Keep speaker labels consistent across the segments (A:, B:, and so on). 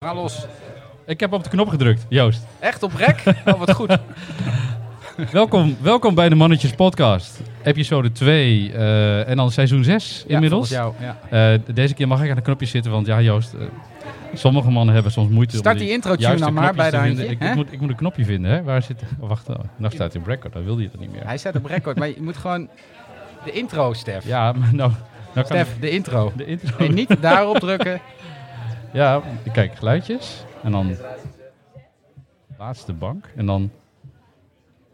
A: We gaan los.
B: Ik heb op de knop gedrukt, Joost.
A: Echt op rek? Oh, wat goed.
B: Welkom, welkom bij de Mannetjes Podcast. Episode 2 eh, en dan seizoen 6 inmiddels.
A: Ja, volgens jou, ja.
B: Eh, deze keer mag ik aan de knopjes zitten, want ja, Joost, eh, sommige mannen hebben soms moeite
A: Start
B: om
A: die intro-tune
B: juiste
A: nou maar
B: knopjes
A: bij
B: te
A: de
B: vinden.
A: handje,
B: Ik,
A: hè?
B: ik, moet, ik moet een knopje vinden, hè? Waar zit. oh, wacht, oh, nou staat hij op record, dan wilde je dat niet meer.
A: Hij staat op record, maar je moet gewoon... De intro, Stef.
B: Ja, maar nou. nou kan
A: Stef, de intro.
B: ik de intro.
A: En niet daarop drukken.
B: Ja, kijk, geluidjes. En dan. Laatste bank. En dan.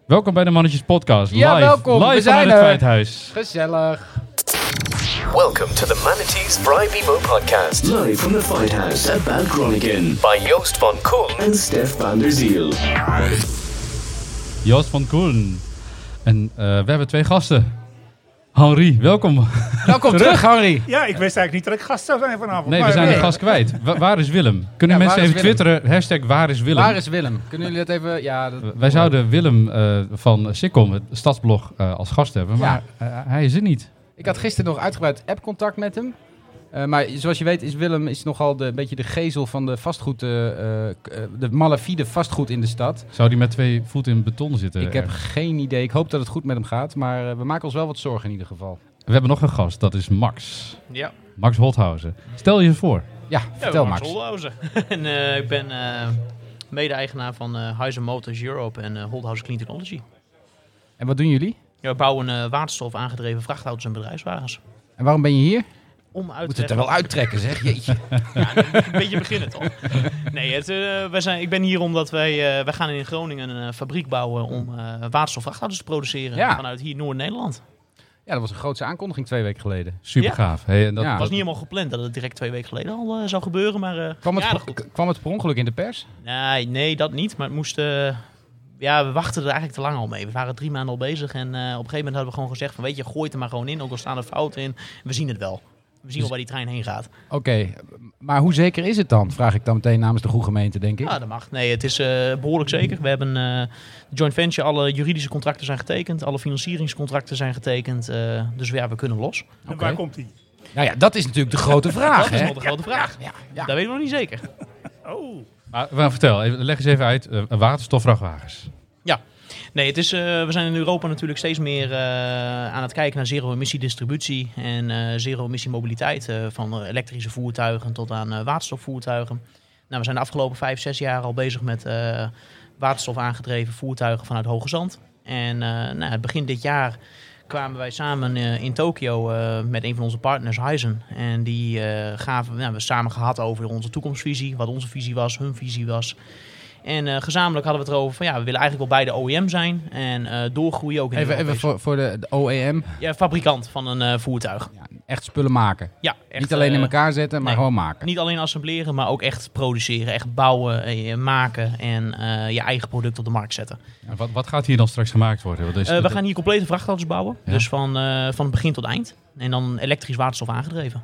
B: Welkom bij de Mannetjes Podcast.
A: Ja,
B: live
A: welkom. We
B: live
A: zijn
B: vanuit
A: er.
B: het Feithuis.
A: Gezellig.
C: Welcome to the Manatees Bribe Emo podcast,
D: Live from the Fight House at Bad Groningen
C: by Joost von Kool
D: and Stef van der Ziel.
B: Joost van Koelen. En eh, we hebben twee gasten. Henri, welkom.
A: Welkom terug, Henry.
E: Ja, ik wist eigenlijk niet dat ik gast zou zijn vanavond.
B: Nee, we
E: maar,
B: zijn de
E: eh,
B: gast kwijt. Wa- waar is Willem? Kunnen
A: Ja,
B: mensen
A: waar
B: even
A: is Willem?
B: twitteren? Hashtag waar is Willem?
A: Waar is Willem? Kunnen jullie dat even... Ja, dat...
B: Wij zouden Willem eh, van Sikkom, het stadsblog, eh, als gast hebben. Maar eh, hij is er niet.
A: Ik had gisteren nog uitgebreid app-contact met hem. Eh, maar zoals je weet is Willem is nogal de, een beetje de gezel van de vastgoed... eh, eh, k- eh, de malafide vastgoed in de stad.
B: Zou die met twee voeten in beton zitten? Eh,
A: Ik heb
B: ergens?
A: geen idee. Ik hoop dat het goed met hem gaat. Maar eh, we maken ons wel wat zorgen in ieder geval.
B: We hebben nog een gast, dat is Max.
F: Ja,
B: Max Holthausen. Stel je voor.
A: Ja, vertel
F: ik ben
A: Max.
F: Holdhausen. en eh, ik ben eh, mede-eigenaar van eh Huizen Motors Europe en eh Holdhausen Clean Technology.
A: En wat doen jullie?
F: Ja, we bouwen eh, waterstof aangedreven vrachtauto's en bedrijfswagens.
A: En waarom ben je hier?
F: Om uit
A: Moet
F: te
A: het er wel uittrekken, zeg. Jeetje.
F: een beetje beginnen toch? Nee, het, eh, wij zijn, ik ben hier omdat wij, eh, wij gaan in Groningen een eh, fabriek bouwen om eh waterstofvrachtauto's te produceren
A: Ja.
F: vanuit hier Noord-Nederland.
A: Ja, dat was een grootse aankondiging twee weken geleden.
B: Super gaaf. Hey, en dat,
A: Ja.
F: Het was
B: dat-
F: niet helemaal gepland dat het direct twee weken geleden al eh, zou gebeuren, maar eh,
A: Kwam
F: ja,
A: het,
F: goed.
A: k- kwam het per ongeluk in de pers?
F: Nee, nee, dat niet. Maar het moest. eh, ja, we wachten er eigenlijk te lang al mee. We waren drie maanden al bezig. En eh, op een gegeven moment hadden we gewoon gezegd: van, Weet je, gooi het er maar gewoon in. Ook al staan er fouten in. We zien het wel. We zien wel waar die trein heen gaat.
A: Oké, maar hoe zeker is het dan? Vraag ik dan meteen namens de goede gemeente, denk ik.
F: Ja, Ah, dat mag. Nee, het is eh, behoorlijk zeker. We hebben eh, de joint venture, alle juridische contracten zijn getekend. Alle financieringscontracten zijn getekend. eh, dus ja, we kunnen los.
E: en
A: Oké.
E: Waar komt hij?
A: Nou ja, dat is natuurlijk de grote vraag,
F: dat is
A: hè?
F: nog de grote vraag.
A: Ja,
F: Dat weten we nog niet zeker.
E: Oh,
B: Maar, Ah, maar vertel, even, leg eens even uit. eh, waterstofvrachtwagens.
F: Nee, het is, eh, we zijn in Europa natuurlijk steeds meer eh, aan het kijken naar zero-emissie distributie en eh zero-emissie mobiliteit. eh, van eh, elektrische voertuigen tot aan eh, waterstofvoertuigen. Nou, we zijn de afgelopen vijf, zes jaar al bezig met eh, waterstof aangedreven voertuigen vanuit Hoge Zand. En eh, nou, begin dit jaar kwamen wij samen eh, in Tokio eh, met een van onze partners, Hyzen. En die eh, gaven, nou, we hebben samen gehad over onze toekomstvisie, wat onze visie was, hun visie was. En eh, gezamenlijk hadden we het erover van ja, we willen eigenlijk wel bij de OEM zijn en eh, doorgroeien ook in
A: Even,
F: de
A: even
F: Europese-
A: voor, voor de, de OEM.
F: ja, fabrikant van een eh, voertuig.
A: Ja, echt spullen maken.
F: Ja, echt,
A: niet alleen in
F: eh,
A: elkaar zetten, maar
F: nee.
A: gewoon maken.
F: Niet alleen assembleren, maar ook echt produceren, echt bouwen, eh, maken en eh, je eigen product op de markt zetten.
B: En Wat, wat gaat hier dan straks gemaakt worden? Want deze-
F: Eh, we
B: dat-
F: gaan hier complete vrachtauto's bouwen,
B: Ja.
F: dus van, eh, van begin tot eind. En dan elektrisch waterstof aangedreven.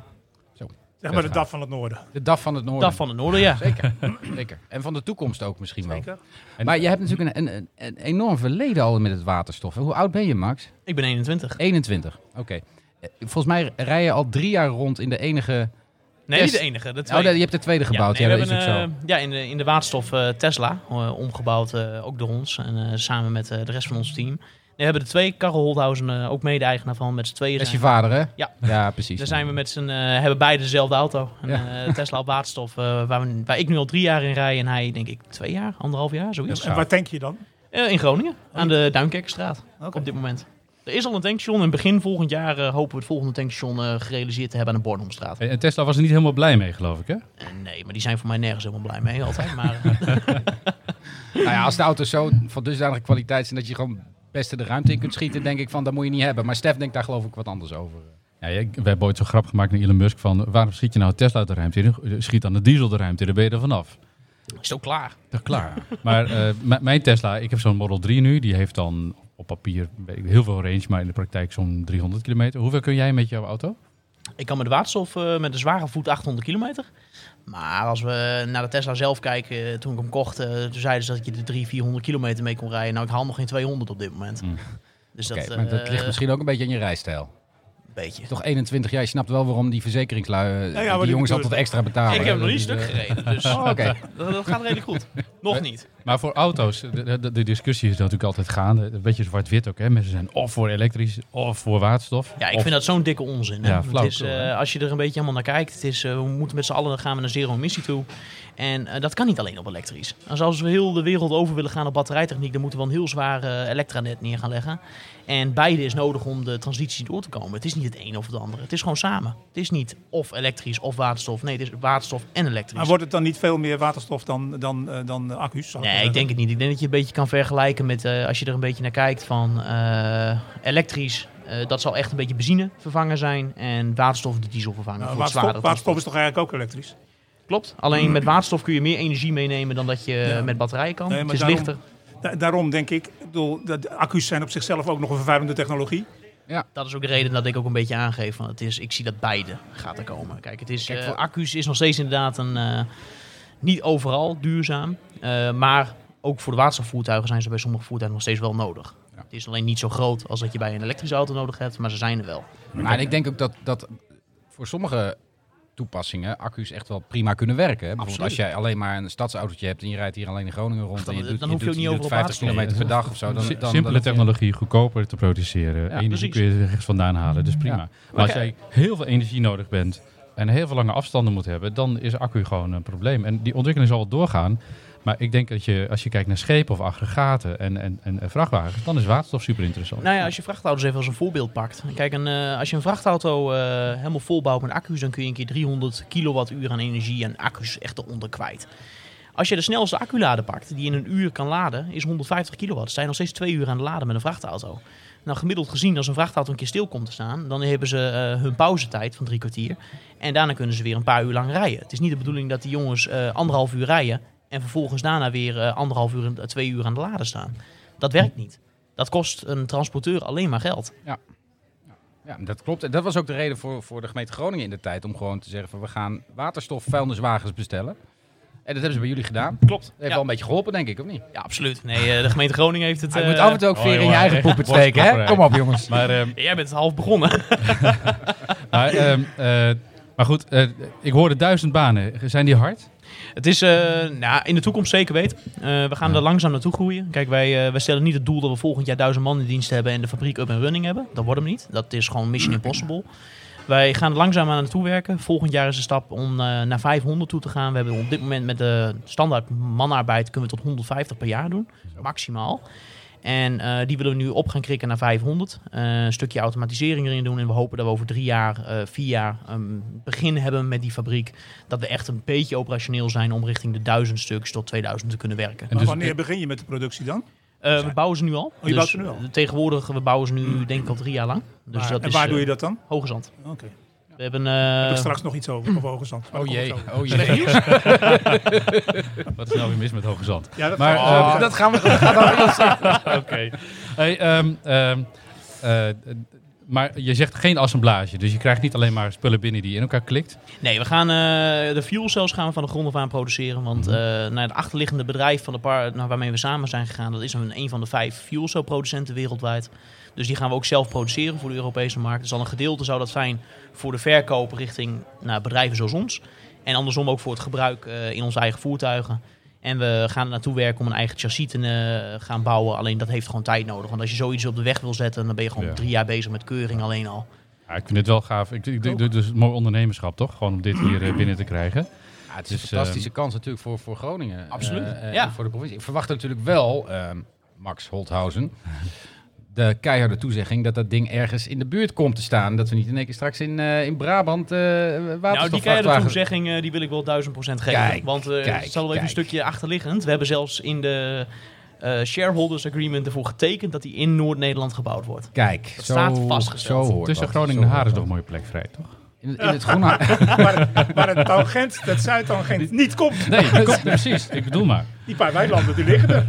E: zeg maar de dag van het noorden.
A: De dag van het noorden.
F: Dat van het noorden, ja.
A: Zeker, zeker. En van de toekomst ook misschien wel.
E: Zeker.
B: En-
A: Maar je hebt natuurlijk een, een, een enorm verleden al met het waterstof. Hoe oud ben je, Max?
F: Ik ben 21.
A: 21. Oké. Eh, Volgens mij rij je al drie jaar rond in de enige...
F: Nee,
A: Yes.
F: niet de enige. De
A: Oh,
F: tweede.
A: nee, je hebt de tweede gebouwd. Ja,
F: nee, we
A: dat is ook
F: hebben,
A: zo.
F: eh, ja, in de, in de waterstof eh, Tesla, eh, omgebouwd eh, ook door ons en eh, samen met eh, de rest van ons team. We hebben er twee, Karel Holthausen, eh, ook mede-eigenaar van, met z'n tweeën.
A: Dat is je
F: zijn
A: vader, hè?
F: Ja.
A: Ja, precies.
F: Daar zijn we met z'n, eh, hebben beide dezelfde auto. Een eh, Tesla op waterstof, eh, waar, we, waar ik nu al drie jaar in rij en hij denk ik twee jaar, anderhalf jaar, zoiets.
E: En waar tank je dan?
F: Eh, in Groningen, aan de Duinkerkstraat
E: Oké.
F: op dit moment. Er is al een tankstation en begin volgend jaar eh, hopen we het volgende tankstation eh, gerealiseerd te hebben aan de Bornholmstraat.
B: En en Tesla was er niet helemaal blij mee, geloof ik, hè?
F: Eh, nee, maar die zijn voor mij nergens helemaal blij mee altijd. Maar eh,
A: Nou ja, als de auto's zo van dusdanige kwaliteit zijn dat je gewoon het beste de ruimte in kunt schieten, denk ik van, dat moet je niet hebben. Maar Stef denkt daar geloof ik wat anders over.
B: Ja, ja, ik- we hebben ooit zo'n grap gemaakt naar Elon Musk van... waarom schiet je nou Tesla de ruimte in? Eh, Schiet dan de diesel de ruimte in, dan ben je er vanaf.
F: is het ook klaar.
B: Dat is klaar. maar eh, m- mijn Tesla, ik heb zo'n Model 3 nu. Die heeft dan op papier weet ik, heel veel range, maar in de praktijk zo'n 300 kilometer. Hoeveel kun jij met jouw auto?
F: Ik kan met de waterstof eh, met een zware voet 800 kilometer. Maar als we naar de Tesla zelf kijken, eh, toen ik hem kocht, eh, toen zeiden ze dat je er 300, 400 kilometer mee kon rijden. Nou, ik haal nog geen 200 op dit moment.
B: Mm.
F: Dus
A: Oké,
F: dat,
A: maar dat
F: eh,
A: ligt misschien ook een beetje aan je rijstijl.
F: beetje.
A: Toch 21 jaar, je snapt wel waarom die verzekeringslui, eh,
E: Ja, ja,
A: die
E: maar die
A: jongens
E: bedoel-
A: altijd extra betalen.
F: ik
A: hè.
F: heb nog niet
A: Dus,
F: stuk
A: eh,
F: gereden, dus
A: Oh, oké.
F: dat, dat gaat redelijk goed. Nog niet.
B: Maar voor auto's, de, de- de discussie is natuurlijk altijd gaande. Een beetje zwart-wit ook, hè. Mensen zijn of voor elektrisch, of voor waterstof.
F: Ja, ik
B: of-
F: vind dat zo'n dikke onzin. Hè?
B: Ja,
F: Want
B: flauw,
F: het is,
B: cool,
F: eh,
B: hè?
F: als je er een beetje allemaal naar kijkt, het is, eh, we moeten met z'n allen gaan we naar zero emissie toe. En eh, dat kan niet alleen op elektrisch. Als, als we heel de wereld over willen gaan op batterijtechniek, dan moeten we een heel zwaar eh, elektranet neer gaan leggen. En beide is nodig om de transitie door te komen. Het is niet het een of het andere. Het is gewoon samen. Het is niet of elektrisch of waterstof. Nee, het is waterstof en elektrisch.
E: Maar wordt het dan niet veel meer waterstof dan, dan, eh, dan eh, accu's? zou
F: Nee,
E: zeggen?
F: ik denk het niet. Ik denk dat je het een beetje kan vergelijken met, eh, als je er een beetje naar kijkt, van eh, elektrisch. eh, dat zal echt een beetje benzine vervangen zijn. En waterstof de diesel vervangen.
E: Nou,
F: voor het
E: waterstof,
F: zwaardere
E: waterstof
F: transport.
E: is Hmm. toch eigenlijk ook elektrisch?
F: Klopt. Alleen met waterstof kun je meer energie meenemen dan dat je eh, met batterijen kan.
E: Nee,
F: het
E: maar
F: is
E: daarom-
F: lichter.
E: Da- daarom denk ik, ik bedoel, dat de accu's zijn op zichzelf ook nog een vervuilende technologie.
F: Dat is ook de reden dat ik ook een beetje aangeef. Van het is, ik zie dat beide gaat er komen. Kijk, het is,
A: Kijk,
F: eh,
A: voor-
F: accu's is nog steeds inderdaad een, eh, niet overal duurzaam. eh, maar ook voor de waterstofvoertuigen zijn ze bij sommige voertuigen nog steeds wel nodig. Het is alleen niet zo groot als dat je bij een elektrische auto nodig hebt, maar ze zijn er wel.
A: Maar Nou, ik denk ook dat, dat voor sommige toepassingen accu's echt wel prima kunnen werken. Hè? Bijvoorbeeld als
F: Absoluut.
A: jij alleen maar een stadsautootje hebt en je rijdt hier alleen in Groningen rond
F: Dan-
A: en je
F: dan
A: doet,
F: hoef je ook
A: doet,
F: niet
A: doet
F: overal
A: 50
F: waterstof.
A: kilometer per dag of zo. Dan,
B: Si-
A: dan,
B: simpele
A: dan-
B: technologie, goedkoper te produceren. energie
F: precies.
B: kun je ergens vandaan halen, dus prima. Maar als
A: Oké.
B: jij heel veel energie nodig bent en heel veel lange afstanden moet hebben, dan is accu gewoon een probleem. En die ontwikkeling zal wel doorgaan. Maar ik denk dat je, als je kijkt naar schepen of aggregaten en, en, en eh, vrachtwagens, dan is waterstof super interessant.
F: Nou ja, als je vrachtauto's even als een voorbeeld pakt. Kijk, een, eh, als je een vrachtauto eh, helemaal volbouwt met accu's, dan kun je een keer 300 kilowattuur aan energie en accu's echt eronder kwijt. Als je de snelste acculader pakt, die in een uur kan laden, is 150 kilowatt. Zijn nog steeds twee uur aan het laden met een vrachtauto. Nou, gemiddeld gezien, als een vrachtauto een keer stil komt te staan, dan hebben ze eh, hun pauzetijd van drie kwartier. En daarna kunnen ze weer een paar uur lang rijden. Het is niet de bedoeling dat die jongens eh, anderhalf uur rijden en vervolgens daarna weer eh, anderhalf uur, en- twee uur aan het laden staan. Dat werkt niet. Dat kost een transporteur alleen maar geld.
A: Ja, dat klopt. En dat was ook de reden voor, voor de gemeente Groningen in de tijd om gewoon te zeggen van we gaan waterstof vuilniswagens bestellen. En dat hebben ze bij jullie gedaan.
F: Klopt.
A: Heeft
F: ja.
A: wel een beetje geholpen, denk ik, of niet?
F: ja, absoluut. Nee, eh, de gemeente Groningen heeft het...
A: je
F: eh,
A: moet af en toe ook
B: oh,
A: veren in je
B: jongen,
A: eigen
B: echt
A: poep steken, hè?
B: borstklapperij.
A: Kom op, jongens.
B: Maar ehm,
F: Jij bent half begonnen.
B: Maar, ehm, eh, maar goed, eh, ik hoorde duizend banen. Zijn die hard?
F: Het is eh, nou, in de toekomst zeker weet. Eh, we gaan er langzaam naartoe groeien. Kijk, wij, eh, wij stellen niet het doel dat we volgend jaar duizend man in dienst hebben en de fabriek up en running hebben. Dat wordt hem niet. Dat is gewoon mission impossible. Wij gaan er langzaam aan naartoe werken. Volgend jaar is de stap om eh, naar 500 toe te gaan. We hebben op dit moment met de standaard manarbeid kunnen we tot 150 per jaar doen. Maximaal. En eh, die willen we nu op gaan krikken naar 500. Eh, een stukje automatisering erin doen. En we hopen dat we over drie jaar, eh, vier jaar een begin hebben met die fabriek. Dat we echt een beetje operationeel zijn om richting de 1000 stuks tot 2000 te kunnen werken.
B: En
E: Maar
B: dus-
E: wanneer begin je met de productie dan?
F: Eh, we bouwen ze nu al.
E: Oh,
F: Dus
E: je bouwt ze nu al?
F: Tegenwoordig, we bouwen ze nu denk ik al drie jaar lang. Dus
E: Maar-
F: dat
E: en
F: is,
E: waar
F: eh,
E: doe je dat dan?
F: Hoge Zand.
E: Oké.
F: We hebben... eh, hmm.
E: Heb ik straks nog iets over, over Hoogezand. Maar
A: Oh
E: dat komt
A: jee,
E: zo.
A: oh jee.
B: Wat is nou weer mis met Hoge Zand?
E: Ja, dat
B: Maar,
E: gaan we
B: eh,
E: zo-
A: Dat gaan we, dat gaat over ons.
B: Oké. Hey, ehm, ehm, eh, eh, maar je zegt geen assemblage, dus je krijgt niet alleen maar spullen binnen die in elkaar klikt.
F: Nee, we gaan eh, de fuel cells gaan we van de grond af aan produceren. Want eh nou, het achterliggende bedrijf van de par nou, waarmee we samen zijn gegaan, dat is een, een van de vijf fuel cell producenten wereldwijd. Dus die gaan we ook zelf produceren voor de Europese markt. Dus al een gedeelte zou dat zijn voor de verkoop richting nou, bedrijven zoals ons. En andersom ook voor het gebruik eh, in onze eigen voertuigen. En we gaan er naartoe werken om een eigen chassis te eh, gaan bouwen. Alleen dat heeft gewoon tijd nodig. Want als je zoiets op de weg wil zetten, dan ben je gewoon
B: Ja.
F: drie jaar bezig met keuring alleen al.
B: Ja, ik vind het wel gaaf. Ik, ik, ik- dus mooi ondernemerschap, toch? Gewoon om dit hier eh, binnen te krijgen.
A: Ja, het is
B: Dus,
A: een fantastische kans natuurlijk voor, voor Groningen.
F: Ehm, Absoluut,
A: Eh, eh,
F: ja.
A: en Voor de provincie. Ik verwacht natuurlijk wel, ehm, Max Holthausen, de keiharde toezegging dat dat ding ergens in de buurt komt te staan. Dat we niet in één keer straks in, eh, in Brabant eh
F: Nou, die keiharde
A: waterstofvrachtwagens-
F: toezegging eh, die wil ik wel duizend procent geven.
A: Kijk,
F: Want eh,
A: kijk,
F: het zal wel even
A: kijk.
F: een stukje achterliggend. We hebben zelfs in de eh, shareholders agreement ervoor getekend dat die in Noord-Nederland gebouwd wordt.
A: Kijk,
F: Dat
A: zo,
F: staat vastgesteld.
A: Zo hoort
B: Tussen
A: dat,
B: Groningen
A: zo
B: en Haar is
A: hoort
B: nog een mooie plek vrij, toch?
A: dat. In, in het groene...
F: eh,
E: maar, maar het tangent, dat zuidtangent, niet komt.
B: Nee, dat- precies. Ik bedoel maar.
E: Die paar weilanden die liggen er.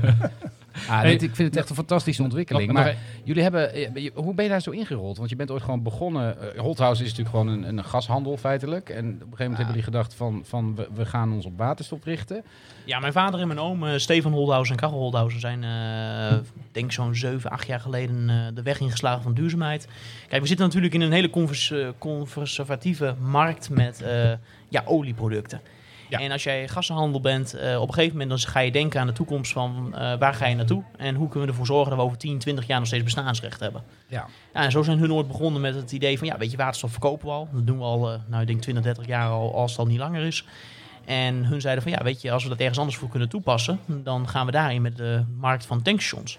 A: Ah,
B: Hey,
A: dit- ik vind het echt een fantastische ontwikkeling.
B: nog- nog
A: maar jullie hebben, eh, je- hoe ben je daar zo ingerold? Want je bent ooit gewoon begonnen. eh, Holthouse is natuurlijk gewoon een, een gashandel feitelijk. En op een gegeven moment hebben jullie gedacht van, van we, we gaan ons op waterstof richten.
F: Ja, mijn vader en mijn oom, eh, Stefan Holdaus en Karel Holdaus, zijn, eh, denk zo'n 7, 8 jaar geleden eh, de weg ingeslagen van duurzaamheid. Kijk, we zitten natuurlijk in een hele convers- eh, conservatieve markt met eh, ja, olieproducten.
B: Ja.
F: En als jij gassenhandel bent, eh, op een gegeven moment dan ga je denken aan de toekomst van eh, waar ga je naartoe en hoe kunnen we ervoor zorgen dat we over 10, 20 jaar nog steeds bestaansrecht hebben.
A: Ja.
F: Ja, en zo zijn hun ooit begonnen met het idee van, ja, weet je, waterstof verkopen we al. Dat doen we al, eh, nou, ik denk 20, 30 jaar al, als het al niet langer is. En hun zeiden van, ja, weet je, als we dat ergens anders voor kunnen toepassen, dan gaan we daarin met de markt van tankstations.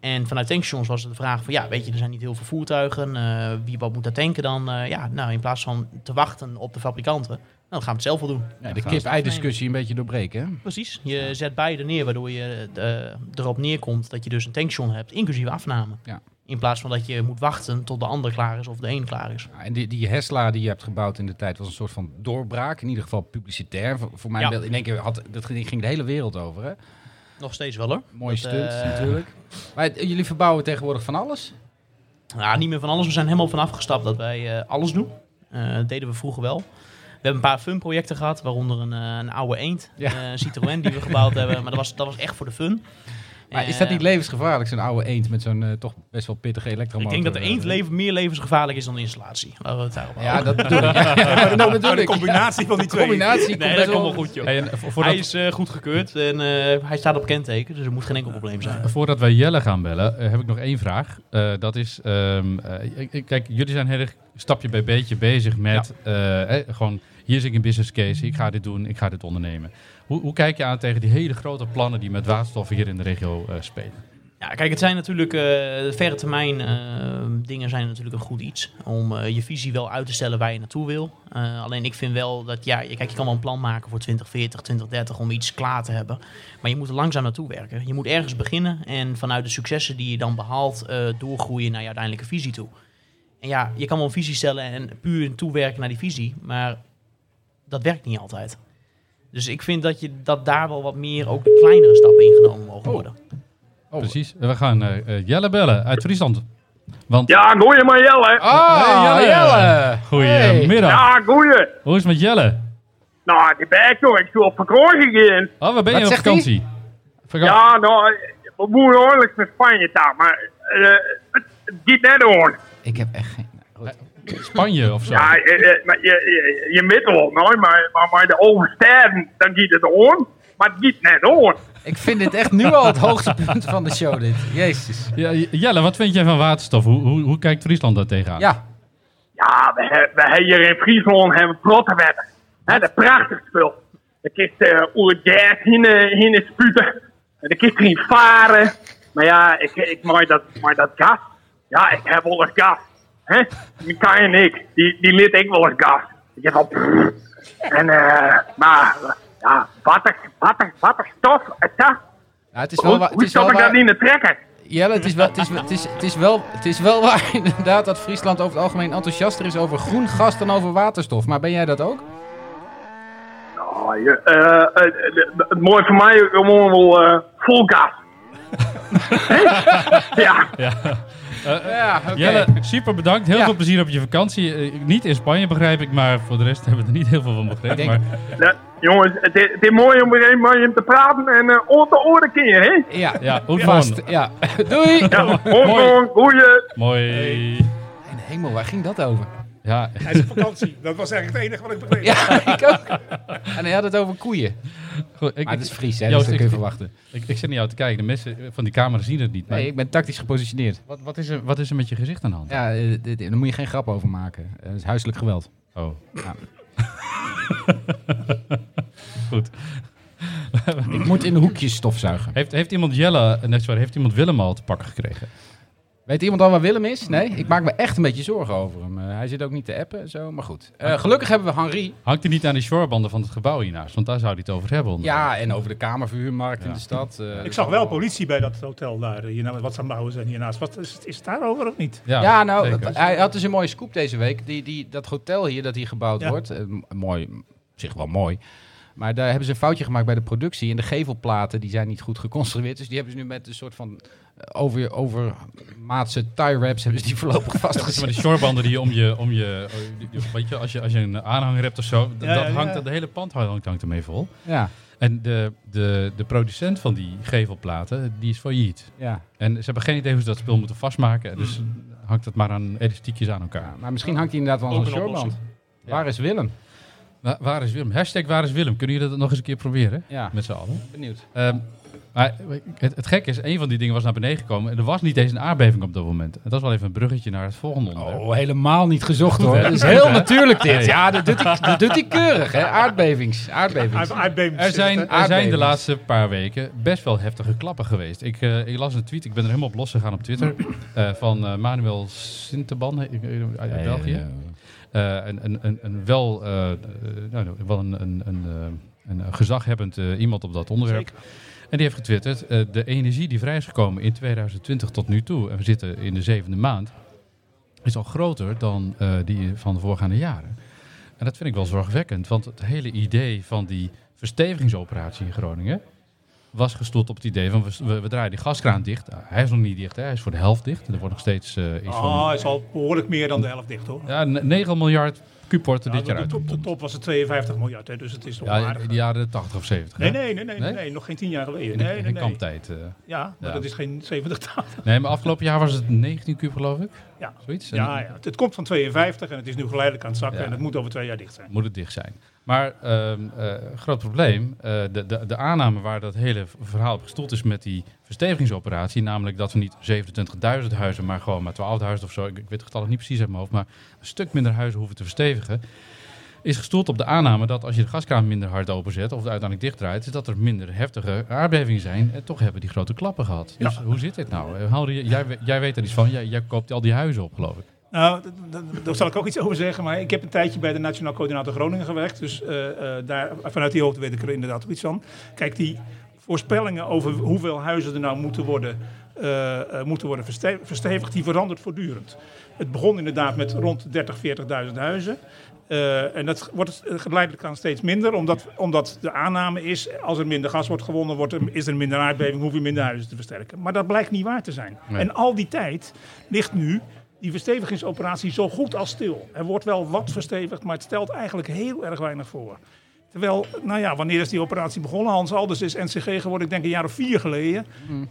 F: En vanuit tankstations was het de vraag van, ja, weet je, er zijn niet heel veel voertuigen. eh, wie wat moet daar tanken dan? Eh, ja, nou, in plaats van te wachten op de fabrikanten, nou, dan gaan we het zelf wel doen.
A: Ja, de kip-ei-discussie een beetje doorbreken. hè?
F: Precies. Je zet beide neer, waardoor je eh, erop neerkomt dat je dus een tankstation hebt, inclusief afname.
A: Ja.
F: In plaats van dat je moet wachten tot de ander klaar is of de een klaar is.
A: Ja, en die, die Hesla die je hebt gebouwd in de tijd was een soort van doorbraak. In ieder geval publicitair. Voor, voor mij
F: Ja.
A: beeld- in één keer had, dat ging ging de hele wereld over. Hè?
F: Nog steeds wel hoor.
A: Mooie
F: Dat,
A: stunt
F: eh,
A: natuurlijk. Maar eh, jullie verbouwen tegenwoordig van alles.
F: Ja, niet meer van alles. We zijn helemaal van afgestapt dat wij eh, alles doen. Eh, dat deden we vroeger wel. We hebben een paar fun-projecten gehad, waaronder een, eh, een oude eend,
A: Ja.
F: eh, een Citroën die we gebouwd hebben. Maar dat was, dat was echt voor de fun.
A: Maar is dat
F: Eh,
A: niet levensgevaarlijk, zo'n oude eend met zo'n eh, toch best wel pittige
F: Ik
A: elektromotor?
F: denk dat de eend
A: Eh,
F: leven, meer levensgevaarlijk is dan de installatie. Laten we het daarop houden.
A: Ja, dat bedoel ik. Ja, dat bedoel
E: de
A: ik.
E: combinatie van die
A: De
E: twee.
A: combinatie komt
F: Nee,
A: best
F: dat komt wel
A: wel-
F: goed joh.
B: Hey, en vo- voordat,
F: Hij is eh, goed gekeurd en eh, hij staat op kenteken, dus er moet geen enkel probleem zijn.
B: voordat wij Jelle gaan bellen, eh, heb ik nog één vraag. Eh, dat is, ehm, eh, ik- ik- kijk, jullie zijn heel erg stapje bij beetje bezig met eh, eh, gewoon, hier zit ik een business case, ik ga dit doen, ik ga dit ondernemen. Hoe, hoe kijk je aan tegen die hele grote plannen die met waterstoffen hier in de regio eh, spelen?
G: Oh.
F: Ja, kijk, het zijn natuurlijk eh, de verre termijn eh, dingen zijn natuurlijk een goed iets. Om eh, je visie wel uit te stellen waar je naartoe wil. Eh, alleen ik vind wel dat, ja, je- kijk, je kan wel een plan maken voor 2040, 2030 om iets klaar te hebben. Maar je moet er langzaam naartoe werken. Je moet ergens beginnen en vanuit de successen die je dan behaalt, eh, doorgroeien naar je uiteindelijke visie toe. En ja, je kan wel een visie stellen en puur toewerken naar die visie, maar dat werkt niet altijd. Dus ik vind dat, je, dat daar wel wat meer ook de kleinere stappen ingenomen mogen worden.
A: Oh.
B: Precies, we gaan eh, eh, Jelle bellen uit Friesland. Want,
G: Ja, goeie maar Jelle.
A: Ah,
B: Hey, Jelle.
A: Jelle!
B: Goedemiddag,
G: Ja, goeie.
B: hoe is het met Jelle?
G: Nou, die ben ik toch. Ik doe op verkroging in.
B: Oh, waar ben
A: Wat
B: je op
A: zegt hij?
B: vakantie? Vakantie.
G: Ja, nou, we moeten oorlijk met Spanje daar, maar eh, het het gaat net hoor.
A: Ik heb echt geen...
B: Spanje of zo.
G: Ja, eh, eh, maar je, je, je middel nooit, maar, maar, maar de oversterren, dan gaat het hoor. Maar het gaat net hoor.
A: Ik vind dit echt nu al het hoogste punt van de show, dit. Jezus.
B: Ja, Jelle, wat vind jij van waterstof? Hoe, hoe, hoe kijkt Friesland daar tegenaan?
A: Ja,
G: Ja, we, he- we hebben hier in Friesland hebben plottenwetter. Hè, dat prachtig spul. Dan kist eh oer gas in, eh, in het spuiten. En dan kist erin varen. Maar ja, ik, ik maak dat, maar dat gas. Ja, ik heb wel eens gas. Hè? Die kan en ik, die, die lid ik wel eens gas. Ik heb al... En, eh, maar, ja, water, water, waterstof. Het, ja,
A: Ja, Ah, het is wel
G: eh, hoe
A: waar. Het
G: hoe
A: is wel
G: stop ik dat
A: waar.
G: in de trekker?
A: Jelle, het is wel, het is, wel- het is, het is wel, het is wel waar inderdaad dat Friesland over het algemeen enthousiaster is over groen gas dan over waterstof. Maar ben jij dat ook?
G: Oh, je, eh, eh, eh, het mooie voor mij is gewoon wel eh, vol gas. ja,
A: Ja, oké.
B: Jelle, super bedankt. Heel
A: Ja.
B: veel plezier op je vakantie. Eh, niet in Spanje begrijp ik, maar voor de rest hebben we er niet heel veel van begrepen.
A: Ik
B: Maar
A: denk-
G: nou, jongens, het is, het is mooi om er een mooie om te praten en eh oor te oren keer, hè?
A: Ja,
B: ja, goed
A: vast. Ja. Doei!
G: Ja, Hongkong, goeie.
B: Mooi.
A: Mijn hemel, waar ging dat over?
B: Ja,
E: Hij is op vakantie. Dat was eigenlijk het enige wat ik begreep.
A: Ja, ik ook. En hij had het over koeien.
B: goed. Ik,
A: Maar het is Fries, hè?
B: Joost,
A: Dus dat kun je
B: ik-
A: verwachten.
B: ik, ik zit niet jou te kijken. De mensen van die camera zien het niet. Maar
A: Nee, ik ben tactisch gepositioneerd.
B: wat, wat, is er, wat is er met je gezicht aan de hand?
A: Ja, eh, dit- daar moet je geen grap over maken. Eh, Het is huiselijk geweld.
B: Oh.
A: Ja.
B: goed.
A: Ik moet in de hoekjes stofzuigen.
B: Heeft, heeft iemand Jelle, eh, net zo, heeft iemand Willem al te pakken gekregen?
A: Weet iemand al waar Willem is? Nee, ik maak me echt een beetje zorgen over hem. Eh, hij zit ook niet te appen en zo, maar goed. Eh, gelukkig hebben we Henri.
B: Hangt hij niet aan de shorebanden van het gebouw hiernaast? Want daar zou hij het over hebben.
A: Ja, en over de kamerverhuurmarkt in de stad. eh,
E: Ik zag wel politie bij dat hotel daar. Hierna, wat ze aan het bouwen zijn hiernaast. Wat, is, is het daarover of niet?
B: ja,
A: Ja, nou,
B: zeker.
A: hij had dus een mooie scoop deze week. Die, die, dat hotel hier dat hier gebouwd
E: Ja.
A: wordt, eh, m- mooi, op zich wel mooi. Maar daar hebben ze een foutje gemaakt bij de productie. En de gevelplaten die zijn niet goed geconstrueerd. Dus die hebben ze nu met een soort van eh, over, overmaatse tie wraps hebben ze die voorlopig
B: Zeg maar
A: vastgezet.
B: die shorebanden die je om je... Om je oh, die- die- weet je, als je, als je een aanhanger hebt of zo, d-
E: Ja,
B: dat
E: ja,
B: hangt,
E: ja.
B: de hele pand hangt hangt ermee vol.
A: Ja,
B: En de, de, de producent van die gevelplaten, die is failliet.
A: ja.
B: En ze hebben geen idee hoe ze dat spul moeten vastmaken. Dus hangt het maar aan elastiekjes aan elkaar.
A: Mm. ja. Maar misschien hangt hij inderdaad wel
F: Ook
A: aan zo'n
F: een
A: showband.
F: oplossing.
A: Waar is Willem?
B: Wa- waar is Willem? Hashtag waar is Willem? Kunnen jullie dat nog eens een keer proberen?
A: Ja,
B: Met z'n allen.
A: benieuwd.
B: Ehm, maar het, het gekke is, een van die dingen was naar beneden gekomen. En er was niet eens een aardbeving op dat moment. En dat is wel even een bruggetje naar het volgende onderwerp.
A: Oh, helemaal niet gezocht hoor.
B: hè?
A: Dat is heel
B: Goed, hè?
A: natuurlijk dit.
B: Nee.
A: Ja, dat doet hij, dat doet hij keurig hè. Aardbevings. Aardbevings.
E: Hij- hij beemt.
B: Er zijn, er zijn de
A: Aardbevings.
B: laatste paar weken best wel heftige klappen geweest. Ik, eh, ik las een tweet, ik ben er helemaal op losgegaan op Twitter, eh, van eh, Manuel Sinteban eh, uit uit België. Eh, een, een, een, een wel, eh, eh, nou, wel een, een, een, eh, een gezaghebbend eh, iemand op dat onderwerp. En die heeft getwitterd, eh, de energie die vrij is gekomen in 2020 tot nu toe, en we zitten in de zevende maand, is al groter dan eh, die van de voorgaande jaren. En dat vind ik wel zorgwekkend, want het hele idee van die verstevigingsoperatie in Groningen was gestoeld op het idee van we, we, we draaien die gaskraan dicht. Nou, hij is nog niet dicht, hè? hij is voor de helft dicht. Er wordt nog steeds eh, iets
E: Ah,
B: van
E: is al behoorlijk meer dan de 11 dicht hoor.
B: ja, ne- 9 miljard Q-porten dit jaar
E: op, de,
B: uit.
E: op de top was het 52 miljard, hè, dus het is nog
B: Ja,
E: aardig.
B: in de jaren 80 of 70.
E: Nee,
B: hè?
E: nee, nee, nee,
B: Nee?
E: nee, nog geen 10 jaar geleden.
B: In de,
E: Nee,
B: in
E: nee,
B: de
E: nee.
B: kamptijd. eh.
E: Ja, maar
B: Ja.
E: dat is geen 70 tafel.
B: Nee, maar afgelopen jaar was het 19 kub, geloof ik.
E: Ja.
B: Zoiets. En
E: Ja, ja, het komt van 52 en het is nu geleidelijk aan het zakken
B: Ja.
E: en het moet over twee jaar dicht zijn.
B: Moet het dicht zijn. Maar ehm, eh, groot probleem. eh, de, de, de aanname waar dat hele v- verhaal op gestoeld is met die verstevigingsoperatie. Namelijk dat we niet 27.000 huizen, maar gewoon maar 12.000 of zo. Ik, ik weet het getal nog niet precies uit mijn hoofd. Maar een stuk minder huizen hoeven te verstevigen. Is gestoeld op de aanname dat als je de gaskraan minder hard openzet. of uiteindelijk dichtdraait. is dat er minder heftige aardbevingen zijn. En toch hebben die grote klappen gehad. Dus hoe zit dit nou? Eh, Henri, jij, we- jij weet er iets van. Jij, jij koopt al die huizen op, geloof ik.
E: Nou, d- d- d- daar zal ik ook iets over zeggen, maar ik heb een tijdje bij de Nationaal Coördinator Groningen gewerkt. Dus eh, eh, daar, vanuit die hoogte weet ik er inderdaad ook iets van. Kijk, die voorspellingen over hoeveel huizen er nou moeten worden, eh, eh, moeten worden verste- verstevigd, die verandert voortdurend. Het begon inderdaad met rond 30, 40.000 huizen. Eh, en dat wordt eh, geleidelijk aan steeds minder, omdat, omdat de aanname is, als er minder gas wordt gewonnen, wordt er, is er minder aardbeving, hoef je minder huizen te versterken. Maar dat blijkt niet waar te zijn.
B: Nee.
E: En al die tijd ligt nu die verstevigingsoperatie zo goed als stil. Er wordt wel wat verstevigd, maar het stelt eigenlijk heel erg weinig voor. Terwijl, nou ja, wanneer is die operatie begonnen? Hans Alders is NCG geworden, ik denk een jaar of vier geleden.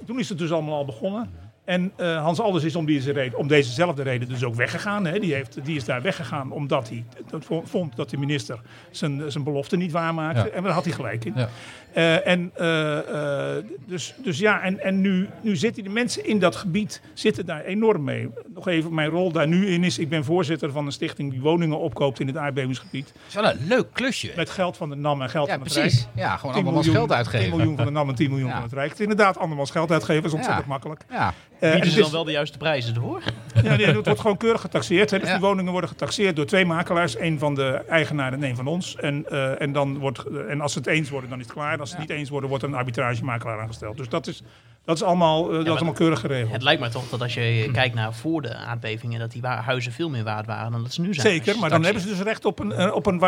E: Toen is het dus allemaal al begonnen. En eh, Hans Alders is om, deze reden, om dezezelfde reden dus ook weggegaan. Hè. Die, heeft, die is daar weggegaan omdat hij dat vo- vond dat de minister zijn, zijn belofte niet waarmaakte.
B: Ja.
E: En daar had hij gelijk in.
B: Ja.
E: Eh, en, eh, eh, dus, dus ja, en, en nu, nu zitten de mensen in dat gebied zitten daar enorm mee. Nog even, mijn rol daar nu in is, ik ben voorzitter van een stichting die woningen opkoopt in het aardbevingsgebied.
A: Het is wel een leuk klusje.
E: Met geld van de NAM en geld
A: Ja,
E: van het
A: precies.
E: Rijk.
A: Ja, gewoon
E: 10
A: allemaal wat
E: miljoen-
A: geld
E: 10
A: uitgeven.
E: miljoen van de NAM en 10 miljoen
A: Ja.
E: van het Rijk. Het is inderdaad andermans geld uitgeven, is ontzettend
A: Ja.
E: makkelijk.
A: Ja.
E: Eh,
F: Bieden
E: het is-
F: ze dus dan wel de juiste prijzen ervoor?
E: ja, nee, het wordt gewoon keurig getaxeerd. Hè. Dus
A: Ja.
E: die woningen worden getaxeerd door twee makelaars. één van de eigenaar en één van ons. En, eh, en, dan wordt, en als ze het eens worden, dan is het klaar. En als ze het niet eens worden, wordt er een arbitragemakelaar aangesteld. Dus dat is, dat is, allemaal, eh, dat is
F: maar-
E: allemaal keurig geregeld.
F: Het lijkt mij toch dat als
E: Hmm.
F: je kijkt naar voor de aardbevingen, dat die wa- huizen veel meer waard waren dan dat ze nu zijn.
E: Zeker, maar dan hebben ze dus recht op een, eh, op een
F: Oh,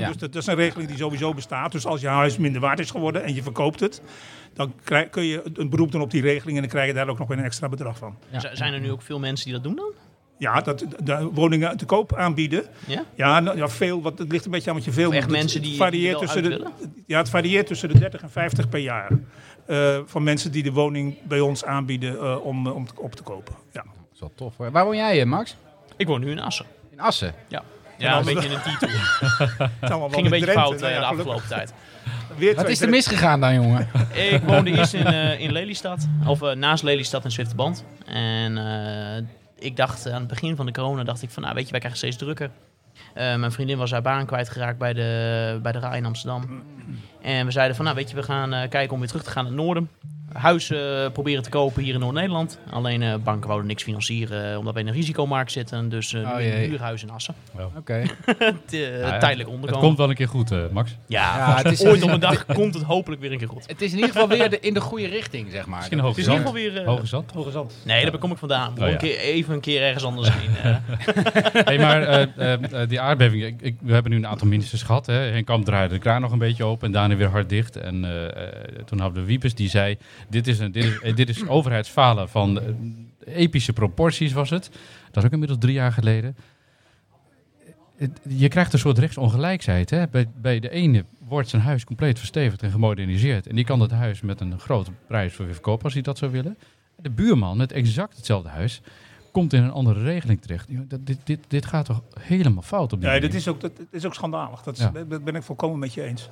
A: ja. Ja.
E: Dus dat, dat is een regeling die sowieso bestaat. Dus als je huis minder waard is geworden en je verkoopt het, dan krijg, kun je een beroep doen op die regeling en dan krijg je daar ook nog weer een extra bedrag van.
A: Ja.
F: Z- Zijn er nu ook veel mensen die dat doen dan?
E: Ja, dat, de woningen te koop aanbieden.
F: Ja?
E: Ja, nou, ja veel, wat, het ligt een beetje aan wat je veel
F: Of echt
E: moet. Het-
F: mensen die-
E: het varieert
F: die wel
E: tussen
F: uit
E: de, Ja, het varieert tussen de 30 en 50 per jaar. eh, van mensen die de woning bij ons aanbieden eh, om, eh, om te- op te kopen. Ja.
A: Dat is wel tof hoor. Waar woon jij, eh, Max?
F: Ik woon nu in Assen.
A: In Assen.
F: Ja, ja een beetje in een titel.
E: Het allemaal wel
F: Ging een
E: met
F: beetje
E: rente,
F: fout
E: nou
F: eh,
E: ja,
F: de
E: gelukkig.
F: afgelopen tijd.
E: Weer
A: Wat
E: twee
A: is er
E: Drenthe.
A: misgegaan dan, jongen?
F: Ik woonde eerst in, eh, in Lelystad, of eh, naast Lelystad in Zwitserband. En eh, ik dacht eh, aan het begin van de corona, dacht ik van, nou weet je, wij krijgen steeds drukker. Eh, mijn vriendin was haar baan kwijtgeraakt bij de, bij de RAI in Amsterdam. En we zeiden van, nou weet je, we gaan eh, kijken om weer terug te gaan naar het noorden. huizen proberen te kopen hier in Noord-Nederland. Alleen eh, banken wouden niks financieren eh, omdat wij in een risicomarkt zitten. Dus eh,
A: Oh,
F: nu in een
A: jee.
F: huurhuis in Assen.
A: Oké.
F: Het, eh,
B: Nou Ja, ja.
F: tijdelijk
B: Het
F: onderkomen.
B: komt wel een keer goed, eh, Max.
F: Ja,
A: Ja, het is-
F: ooit op een dag komt het hopelijk weer een keer goed.
A: Het is in ieder geval weer de- in de goede richting, zeg maar.
B: Misschien hoog
F: Het is
B: is
F: in ieder geval weer... eh,
B: Hoge zand.
E: Hoge zand.
F: Nee, daar kom ik vandaan. Moet
B: Oh, ja.
F: een keer, even een keer ergens anders heen. eh.
B: Hey, maar eh, eh, eh, die aardbeving, ik, ik- we hebben nu een aantal ministers gehad. Hè. Henk Kamp draaide de kraan nog een beetje open en daarna weer hard dicht. En eh, eh, toen hadden we Wiepers die zei, dit is, een, dit is, eh, dit is overheidsfalen van eh, epische proporties was het. Dat is ook inmiddels drie jaar geleden. Het- Je krijgt een soort rechtsongelijkheid. Hè? Bij, bij de ene wordt zijn huis compleet verstevigd en gemoderniseerd. En die kan dat huis met een grote prijs voor weer verkopen als hij dat zou willen. De buurman met exact hetzelfde huis komt in een andere regeling terecht. Joh, dat- Dit, dit, dit gaat toch helemaal fout op die
E: Ja,
B: manier?
E: dat is ook, dat, dat is ook schandalig. Dat, is-
B: Ja.
E: dat ben ik volkomen met je eens.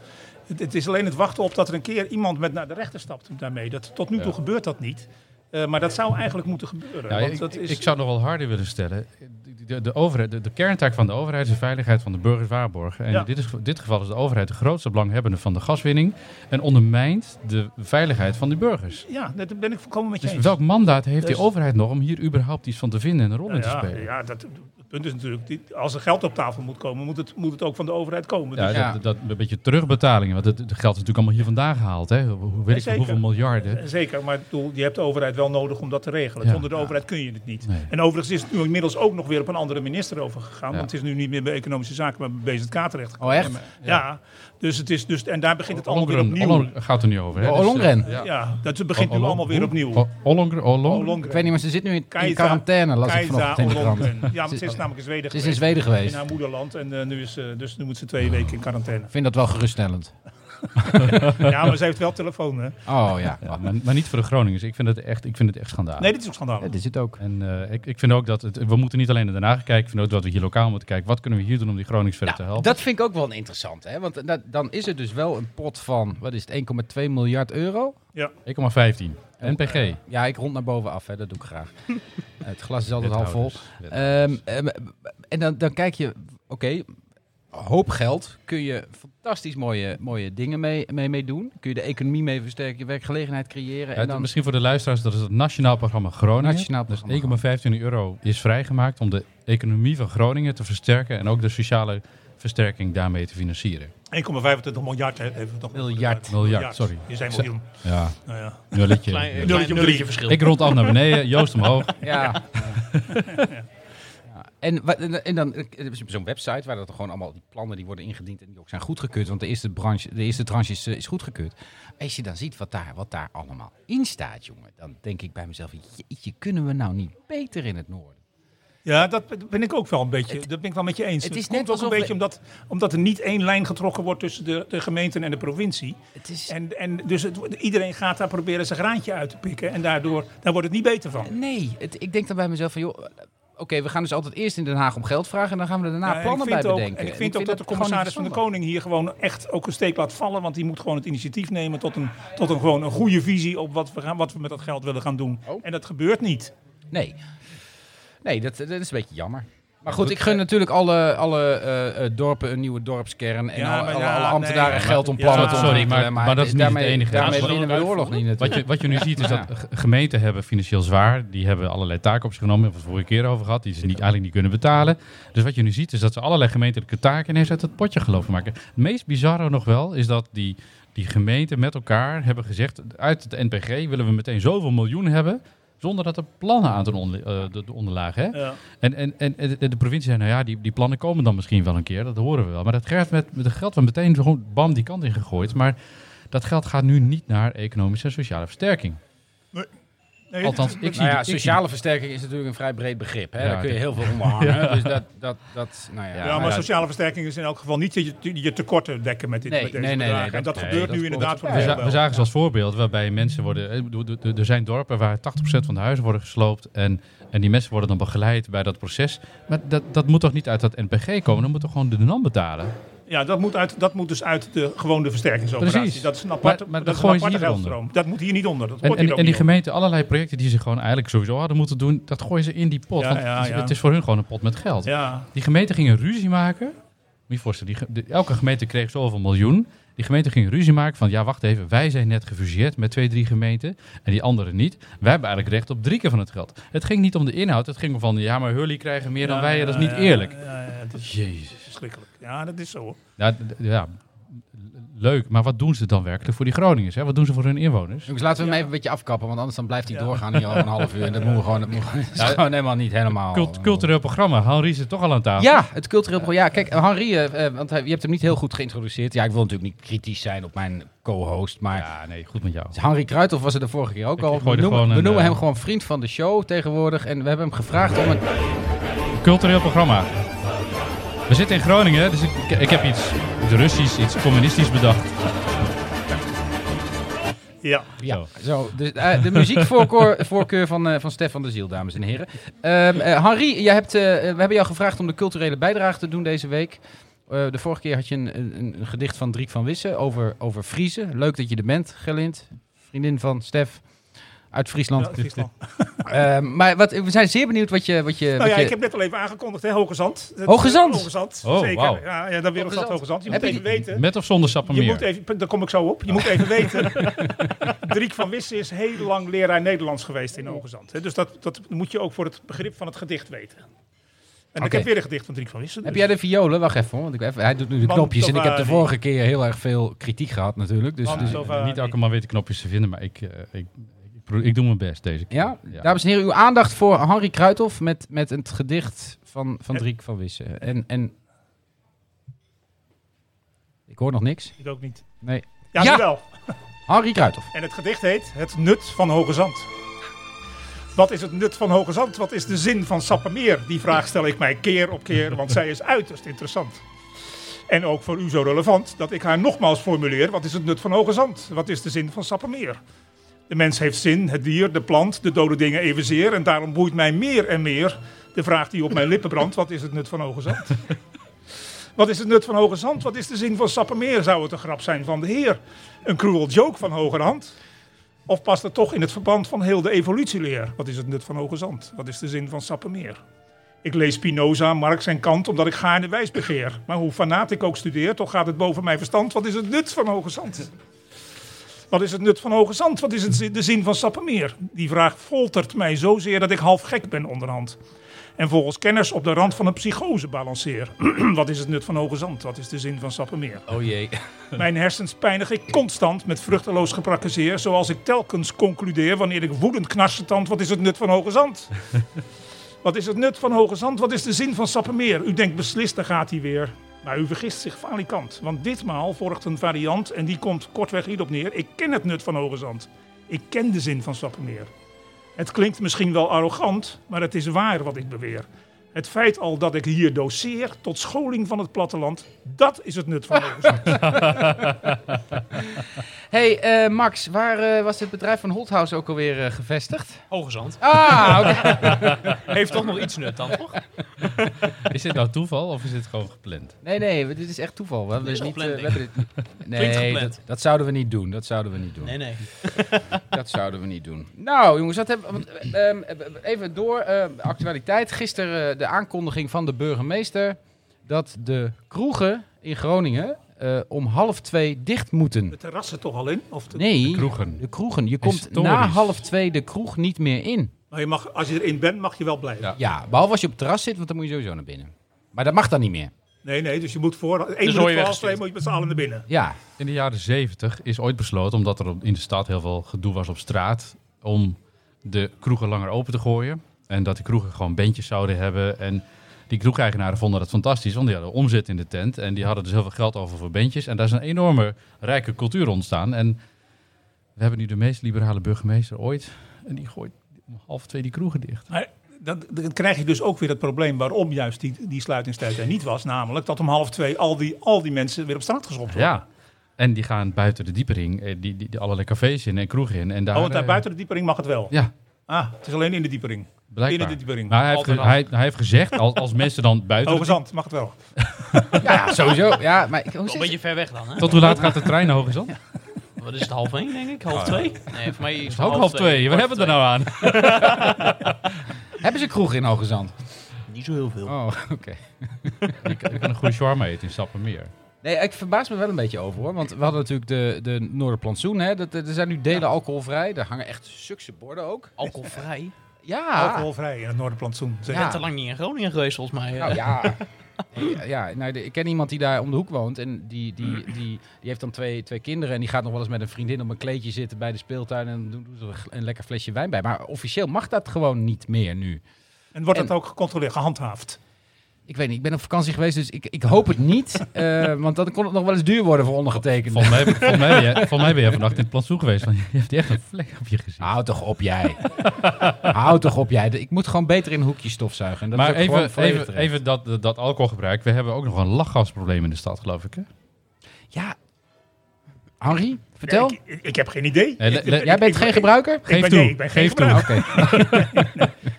E: Het, het is alleen het wachten op dat er een keer iemand met naar de rechter stapt daarmee. Dat, tot nu toe gebeurt dat niet. Eh, maar dat zou eigenlijk moeten gebeuren.
B: Ja,
E: want
B: ik,
E: dat is,
B: ik zou nog wel harder willen stellen. De, de, de, overheid, de, de kerntaak van de overheid is de veiligheid van de burgers waarborgen. En
E: Ja.
B: in dit, is, dit geval is de overheid de grootste belanghebbende van de gaswinning. En ondermijnt de veiligheid van de burgers.
E: ja, dat ben ik volkomen met je
B: Dus
E: eens.
B: welk mandaat heeft
E: Dus-
B: die overheid nog om hier überhaupt iets van te vinden en een rol in te
E: ja,
B: spelen? Ja,
E: ja, dat, het punt is natuurlijk, die- als er geld op tafel moet komen, moet het, moet het ook van de overheid komen. Dus-
A: Ja.
B: Dat, dat, een beetje terugbetalingen, want het, het geld is natuurlijk allemaal hier vandaan gehaald. Hè? Hoe, hoe weet ik
E: Zeker.
B: veel, hoeveel miljarden.
E: eh, Zeker, maar ik bedoel, je hebt de overheid wel nodig om dat te regelen.
B: Ja.
E: Zonder de overheid kun je het niet.
B: Nee.
E: En overigens is het nu inmiddels ook nog weer op een andere minister overgegaan.
B: Ja.
E: Want het is nu niet meer bij Economische Zaken, maar bij BZK terecht.
A: Oh, echt?
E: Ja, dus het is dus, en daar begint het allemaal weer
B: Ollongren-
E: opnieuw.
B: Ollongren gaat er niet over. Hè?
A: Oh,
B: Dus, eh,
A: Ollongren.
B: ja.
E: Ja, dat begint nu
B: Ollong-
E: allemaal weer
B: hoe?
E: opnieuw.
B: O- Ollongren, Ollong?
A: Ik weet niet, maar ze zit nu in, in quarantaine, las ik vanochtend in de krant.
E: Ollongren. Ja, maar ze
A: Ze-
E: is namelijk in Zweden
A: Ze is in Zweden
E: In
A: geweest.
E: haar moederland. En eh, nu is ze, dus nu moet ze twee weken in quarantaine.
A: Ik vind dat wel geruststellend.
E: Ja, maar ze heeft wel telefoon, hè?
A: Oh ja,
B: Ja, maar, maar niet voor de Groningers. Ik vind het echt, ik vind het echt schandalig.
E: Nee, dit is ook schandalig.
A: dit is het ook.
B: En eh, ik, ik vind ook dat het, we moeten niet alleen naar Den Haag kijken. Ik vind ook dat we hier lokaal moeten kijken. Wat kunnen we hier doen om die Gronings verder te helpen?
A: Nou, Dat vind ik ook wel interessant, hè? Want dat- dan is er dus wel een pot van, wat is het, 1,2 miljard euro?
B: 1,15. NPG.
A: Ja, ik rond naar boven af, hè? dat doe ik graag. het glas is altijd half vol.
B: Wethouders.
A: Ehm,
B: Wethouders.
A: ehm, en dan, dan kijk je, oké, hoop geld. Kun je fantastisch mooie, mooie dingen mee, mee, mee doen. Kun je de economie mee versterken, je werkgelegenheid creëren.
B: Ja,
A: en
B: het-
A: dan,
B: misschien voor de luisteraars, dat is het Nationaal Programma Groningen.
A: Nationaal
B: dus
A: programma Groningen.
B: 1,15 euro is vrijgemaakt om de economie van Groningen te versterken. En ook de sociale versterking daarmee te financieren.
E: 1,25 miljard hè, even nog.
A: Miljard.
B: Miljard, sorry.
E: Je zei miljoen.
B: Ja,
E: Nou ja.
B: nulletje.
F: Klein, klein
E: Nulletje op
F: nulletje
E: drie.
F: verschil.
B: Ik rond af naar beneden, Joost omhoog.
A: Ja. Ja. En, wat- en en dan eh, er is zo'n website waar dat gewoon allemaal die plannen die worden ingediend en die ook zijn goedgekeurd. Want de eerste, branche, de eerste tranche is, eh, is goedgekeurd. Als je dan ziet wat daar, wat daar allemaal in staat, jongen, dan denk ik bij mezelf: jeetje, kunnen we nou niet beter in het noorden?
E: Ja, dat ben ik ook wel een beetje. dat ben ik wel met je eens.
A: het
E: Het,
A: is
E: komt
A: net
E: ook een
A: alsof
E: beetje
A: we-
E: omdat, omdat er niet één lijn getrokken wordt tussen de, de gemeenten en de provincie.
A: Het is,
E: En, en dus het, iedereen gaat daar proberen zijn graantje uit te pikken. En daardoor daar wordt het niet beter van.
A: nee, het, ik denk dan bij mezelf: van, joh, eh, oké, we gaan dus altijd eerst in Den Haag om geld vragen en dan gaan we er daarna
E: Ja, Eh, Nou,
A: plannen
E: en ik vind
A: bij
E: ook,
A: bedenken.
E: En ik vind ook dat de
A: gewoon niet
E: commissaris van de
A: verstandig.
E: Koning hier gewoon echt ook een steek laat vallen. Want die moet gewoon het initiatief nemen tot een, tot een, gewoon een goede visie op wat we, gaan, wat we met dat geld willen gaan doen.
A: Oh.
E: En dat gebeurt niet.
A: Nee, nee dat, dat is een beetje jammer. Maar goed, ik gun natuurlijk alle, alle eh, eh, dorpen een nieuwe dorpskern. En
E: Ja,
A: alle,
E: maar
A: alle,
E: ja,
A: alle ambtenaren
E: nee, maar-
A: geld om
E: ja,
A: plannen te
E: sorry,
A: ontwikkelen.
B: maar- maar dat
A: het
B: is niet het enige.
A: Daarmee
B: Ja,
A: winnen we de oorlog niet
B: Wat
A: natuurlijk.
B: je, wat je nu ziet is dat g- gemeenten hebben financieel zwaar. Die hebben allerlei taken op zich genomen. Daar hebben we het vorige keer over gehad. Die ze niet, eigenlijk niet kunnen betalen. Dus wat je nu ziet is dat ze allerlei gemeentelijke taken ineens uit het potje gelopen maken. Het meest bizarre nog wel is dat die, die gemeenten met elkaar hebben gezegd... uit het NPG willen we meteen zoveel miljoen hebben... Zonder dat er plannen aan ten onder, eh, de, de onderlaag. Hè?
E: Ja.
B: En, en, en, en de, de provincie zei, nou ja, die, die plannen komen dan misschien wel een keer. Dat horen we wel. Maar dat geld met, met dat geld werd meteen zo gewoon bam die kant in gegooid. Maar dat geld gaat nu niet naar economische en sociale versterking.
E: Nee,
B: Althans, ik zie...
A: Nou ja,
B: ik zie-
A: sociale versterking is natuurlijk een vrij breed begrip. Hè?
B: Ja,
A: Daar kun je
B: dat-
A: heel veel onder hangen. Dus dat, dat, dat, nou ja.
E: Ja,
A: Nou
E: maar
A: ja,
E: sociale versterking is in elk geval niet je, je tekorten dekken met, dit,
A: Nee,
E: met deze
A: nee, nee,
E: bedragen.
A: nee,
E: en
A: dat-
E: dat
A: nee,
E: gebeurt
A: dat
E: nu
A: klopt.
E: inderdaad voor
A: Ja,
E: de
B: we,
E: veel
B: za-
E: wel.
B: we zagen ze als voorbeeld waarbij mensen worden... eh, ik bedoel, de- de- Er zijn dorpen waar 80% van de huizen worden gesloopt. En, en die mensen worden dan begeleid bij dat proces. Maar dat, dat moet toch niet uit dat NPG komen? Dan moet toch gewoon de NAM betalen?
E: Ja, dat moet, uit, dat moet dus uit de, gewoon de versterkingsoperatie.
B: Precies.
E: Dat is een aparte,
B: Maar- maar
E: dat is
B: dat
E: een
B: gooien ze
E: aparte
B: hier onder.
E: geldstroom. Dat moet hier niet onder. Dat
B: En,
E: hoort hier
B: en,
E: ook
B: en die
E: niet onder.
B: gemeenten, allerlei projecten die ze gewoon eigenlijk sowieso hadden moeten doen, dat gooien ze in die pot.
E: Ja,
B: want
E: ja,
B: het is-
E: ja.
B: Het is voor hun gewoon een pot met geld.
E: Ja,
B: Die gemeenten gingen ruzie maken. Moet je je voorstellen, die, ge- de- elke gemeente kreeg zoveel miljoen. Die gemeente ging ruzie maken van, ja, wacht even, wij zijn net gefuseerd met twee, drie gemeenten en die anderen niet. Wij hebben eigenlijk recht op drie keer van het geld. Het ging niet om de inhoud, het ging om van, ja, maar Hurley krijgen meer dan wij, ja, dat is niet eerlijk.
E: Ja, ja, ja, dat is
B: Jezus.
E: verschrikkelijk. Ja, dat is zo. hoor.
B: Ja, d- d- ja, leuk, maar wat doen ze dan werkelijk voor die Groningers? Hè? Wat doen ze voor hun inwoners?
A: Jongens, laten we hem even een beetje afkappen, want anders dan blijft hij doorgaan hier al een half uur. En dat moeten we gewoon, dat moet, dat is gewoon helemaal niet helemaal...
B: Cult- cultureel programma, Henri zit toch al aan tafel.
A: Ja, het cultureel programma. Ja, kijk, Henri, eh, eh, want hij- je hebt hem niet heel goed geïntroduceerd. Ja, ik wil natuurlijk niet kritisch zijn op mijn co-host, maar...
B: Ja, nee, goed met jou.
A: Henri Kruithof was er de vorige keer ook
B: Ik-
A: al.
B: ik
A: we
B: gooi er
A: noemen,
B: gewoon
A: we
B: een,
A: noemen
B: eh,
A: hem gewoon vriend van de show tegenwoordig. En we hebben hem gevraagd om een...
B: Cultureel programma. We zitten in Groningen, dus ik, ik, ik heb iets, iets Russisch, iets communistisch bedacht.
E: Ja.
A: Ja,
B: Zo.
A: zo. Dus, eh, de muziekvoorkeur voorkeur van, eh, van Stefan de Ziel, dames en heren. Ehm eh, Henri, jij hebt, eh, we hebben jou gevraagd om de culturele bijdrage te doen deze week. Eh, de vorige keer had je een, een, een gedicht van Driek van Wissen over, over Friezen. Leuk dat je er bent, Gelind. Vriendin van Stef uit Friesland.
E: Ja, Friesland.
A: Ehm, maar wat, we zijn zeer benieuwd wat je... Wat je,
E: Nou
A: wat
E: ja,
A: je-
E: ik heb net al even aangekondigd, hè, Hoge Zand. Dat-
A: Hoge Zand?
E: Hoge Zand,
B: Oh,
E: zeker.
B: wauw.
E: Ja, ja, dan weer
A: Hoge
E: dat
A: Zand.
E: Hoge Zand. Je
A: Heb
E: moet
A: je
E: even weten.
B: Met of zonder sappermeer?
E: Je moet even, daar kom ik zo op. Je moet even weten. Driek van Wissen is heel lang leraar Nederlands geweest in Hoogezand. hè. Dus dat, dat moet je ook voor het begrip van het gedicht weten. En ik
A: Oké.
E: heb weer een gedicht van Driek van Wissen.
A: Heb
E: dus.
A: jij de violen? Wacht even, hoor, want ik, even, hij doet nu de
E: Man
A: knopjes. En ik heb de
E: Tovari.
A: vorige keer heel erg veel kritiek gehad natuurlijk. Dus,
E: Man
A: dus-
E: Tovari.
B: Eh, niet allemaal weer de knopjes te vinden, maar ik, eh, ik, ik, pro- ik doe mijn best deze keer.
A: Ja, dames en heren, uw aandacht voor Henri Kruithof met, met het gedicht van, van
E: Ja.
A: Driek van Wissen. En, en... Ik hoor nog niks.
E: Ik ook niet.
A: Nee.
E: Ja,
A: Ja.
E: nu wel.
A: Henri Kruithof.
E: En het gedicht heet Het nut van Hoge Zand. Wat is het nut van Hoge Zand? Wat is de zin van Sappemeer? Die vraag stel ik mij keer op keer, want zij is uiterst interessant. En ook voor u zo relevant dat ik haar nogmaals formuleer. Wat is het nut van Hoge Zand? Wat is de zin van Sappemeer? De mens heeft zin, het dier, de plant, de dode dingen evenzeer. En daarom boeit mij meer en meer de vraag die op mijn lippen brandt. Wat is het nut van Hoge Zand? Wat is het nut van Hoge Zand? Wat is de zin van Sappemeer? Zou het een grap zijn van de heer? Een cruel joke van hogerhand? Of past het toch in het verband van heel de evolutieleer? Wat is het nut van hoge zand? Wat is de zin van Sappemeer? Ik lees Spinoza, Marx en Kant omdat ik gaarne wijs begeer. Maar hoe fanaat ik ook studeer, toch gaat het boven mijn verstand. Wat is het nut van hoge zand? Wat is het nut van hoge zand? Wat is het zi- de zin van Sappemeer? Die vraag foltert mij zozeer dat ik half gek ben onderhand. En volgens kenners op de rand van een psychose balanceer. Wat is het nut van hoge zand? Wat is de zin van Sappemeer?
A: Oh jee.
E: Mijn hersens pijnig ik constant met vruchteloos geprakkezeer, zoals ik telkens concludeer wanneer ik woedend knarsetand, wat is het nut van hoge zand? wat is het nut van hoge zand? Wat is de zin van sappemeer? U denkt beslist, daar gaat hij weer. Maar u vergist zich falikant, want ditmaal volgt een variant en die komt kortweg hierop neer. Ik ken het nut van hoge zand. Ik ken de zin van sappemeer. Het klinkt misschien wel arrogant, maar het is waar wat ik beweer. Het feit al dat ik hier doseer tot scholing van het platteland, dat is het nut van hoge zand.
A: hey, eh, Max, waar eh, was het bedrijf van Holthouse ook alweer eh, gevestigd?
F: Hogezand.
A: Ah, oké.
F: Heeft toch nog iets nut dan, toch?
B: Is dit nou toeval of is dit gewoon gepland?
A: Nee, nee, we- dit is echt toeval. We hebben
F: is
A: dit niet... eh,
F: gepland,
A: we hebben dit niet- Nee,
F: gepland.
A: dat, dat zouden we niet doen. Dat zouden we niet doen.
F: Nee, nee.
A: Dat zouden we niet doen. Nou, jongens, dat hebben, want, eh, ehm, even door. eh, actualiteit. Gisteren eh, de aankondiging van de burgemeester dat de kroegen in Groningen eh, om half twee dicht moeten.
E: De terrassen toch al in? Of de-
A: Nee,
B: kroegen.
A: de kroegen. Je komt
B: Historisch.
A: na half twee de kroeg niet meer in.
E: Maar je mag, als je erin bent, mag je wel blijven.
B: Ja.
A: Ja, behalve als je op het terras zit, want dan moet je sowieso naar binnen. Maar dat mag dan niet meer.
E: Nee, nee, dus je moet voor... één
F: word je
E: minuut voor half
F: weggestuurd.
E: twee moet je met z'n allen naar binnen.
A: Ja,
B: In de jaren zeventig is ooit besloten, omdat er op- in de stad heel veel gedoe was op straat, om de kroegen langer open te gooien. En dat die kroegen gewoon bandjes zouden hebben. En die kroegeigenaren vonden dat fantastisch, want die hadden omzet in de tent. En die hadden dus heel veel geld over voor bandjes. En daar is een enorme rijke cultuur ontstaan. En we hebben nu de meest liberale burgemeester ooit. En die gooit om half twee die kroegen dicht.
E: Maar dan, dan krijg je dus ook weer het probleem waarom juist die, die sluitingstijd er niet was. Namelijk dat om half twee al die, al die mensen weer op straat geschopt worden.
B: Ja. En die gaan buiten de diepering, eh, die, die, die allerlei cafés in en kroegen in. En daar,
E: Oh, want daar
B: eh,
E: buiten de diepering mag het wel.
B: Ja,
E: Ah, het is alleen in de diepering.
B: Blijkbaar.
E: Binnen de diepering. Oh,
B: Maar Nou, hij heeft, ge- hij, hij heeft gezegd, als, als mensen dan buiten...
E: Hoge zand mag het wel.
A: ja sowieso. Ja, maar ik, hoe
F: Wel een
A: zit
F: beetje ver weg dan, hè?
B: Tot hoe laat gaat de trein naar Hoogezand? Het
F: Wat is het, half één, denk ik? Half twee? Nee, voor mij is
B: is
F: het
B: ook half twee. Wat
F: Kwart
B: hebben we er
F: voor
B: nou aan?
A: Hebben ze kroegen in Hoogezand?
F: twee. Niet zo heel veel.
A: Oh, oké.
B: Ik kan een goede shawarma eten in Sappermeer.
A: Nee, ik verbaas me wel een beetje over hoor. Want we hadden natuurlijk de, de Noorderplantsoen. Hè? Dat, er zijn nu delen alcoholvrij. Daar hangen echt sukse borden ook.
F: Alcoholvrij.
A: Ja.
E: Alcoholvrij in het Noorderplantsoen.
F: Ik
E: Zeg.
A: Ja.
F: ben te lang niet in Groningen geweest, volgens mij. Eh,
A: Nou ja. Ja, ja nou, de- ik ken iemand die daar om de hoek woont. En die, die, die, die heeft dan twee, twee kinderen. En die gaat nog wel eens met een vriendin op een kleedje zitten bij de speeltuin. En dan doen ze er een gl- een lekker flesje wijn bij. Maar officieel mag dat gewoon niet meer nu.
E: En wordt dat
A: En-
E: ook gecontroleerd, gehandhaafd?
A: Ik weet niet, ik ben op vakantie geweest, dus ik, ik hoop het niet. eh, want dan kon het nog wel eens duur worden voor ondergetekende.
B: Volgens mij, volgens mij, ben jij, volgens mij ben jij vannacht in het plantsoen geweest. Want je hebt echt een vlek op je gezicht.
A: Hou toch op jij. Hou toch op jij. Ik moet gewoon beter in hoekjes stofzuigen. En dat
B: maar
A: is ook gewoon
B: even,
A: volledig
B: even,
A: terecht.
B: even dat, dat alcoholgebruik. We hebben ook nog een lachgasprobleem in de stad, geloof ik. Hè?
A: Ja, Henri, vertel.
E: Ja, ik, ik heb geen idee.
B: Eh, le- le-
A: jij bent
E: ik-
A: geen
E: ik-
A: gebruiker?
E: Ik ben,
B: toe.
E: nee, ik ben geen
B: Geef toe.
E: gebruiker.
A: Oké.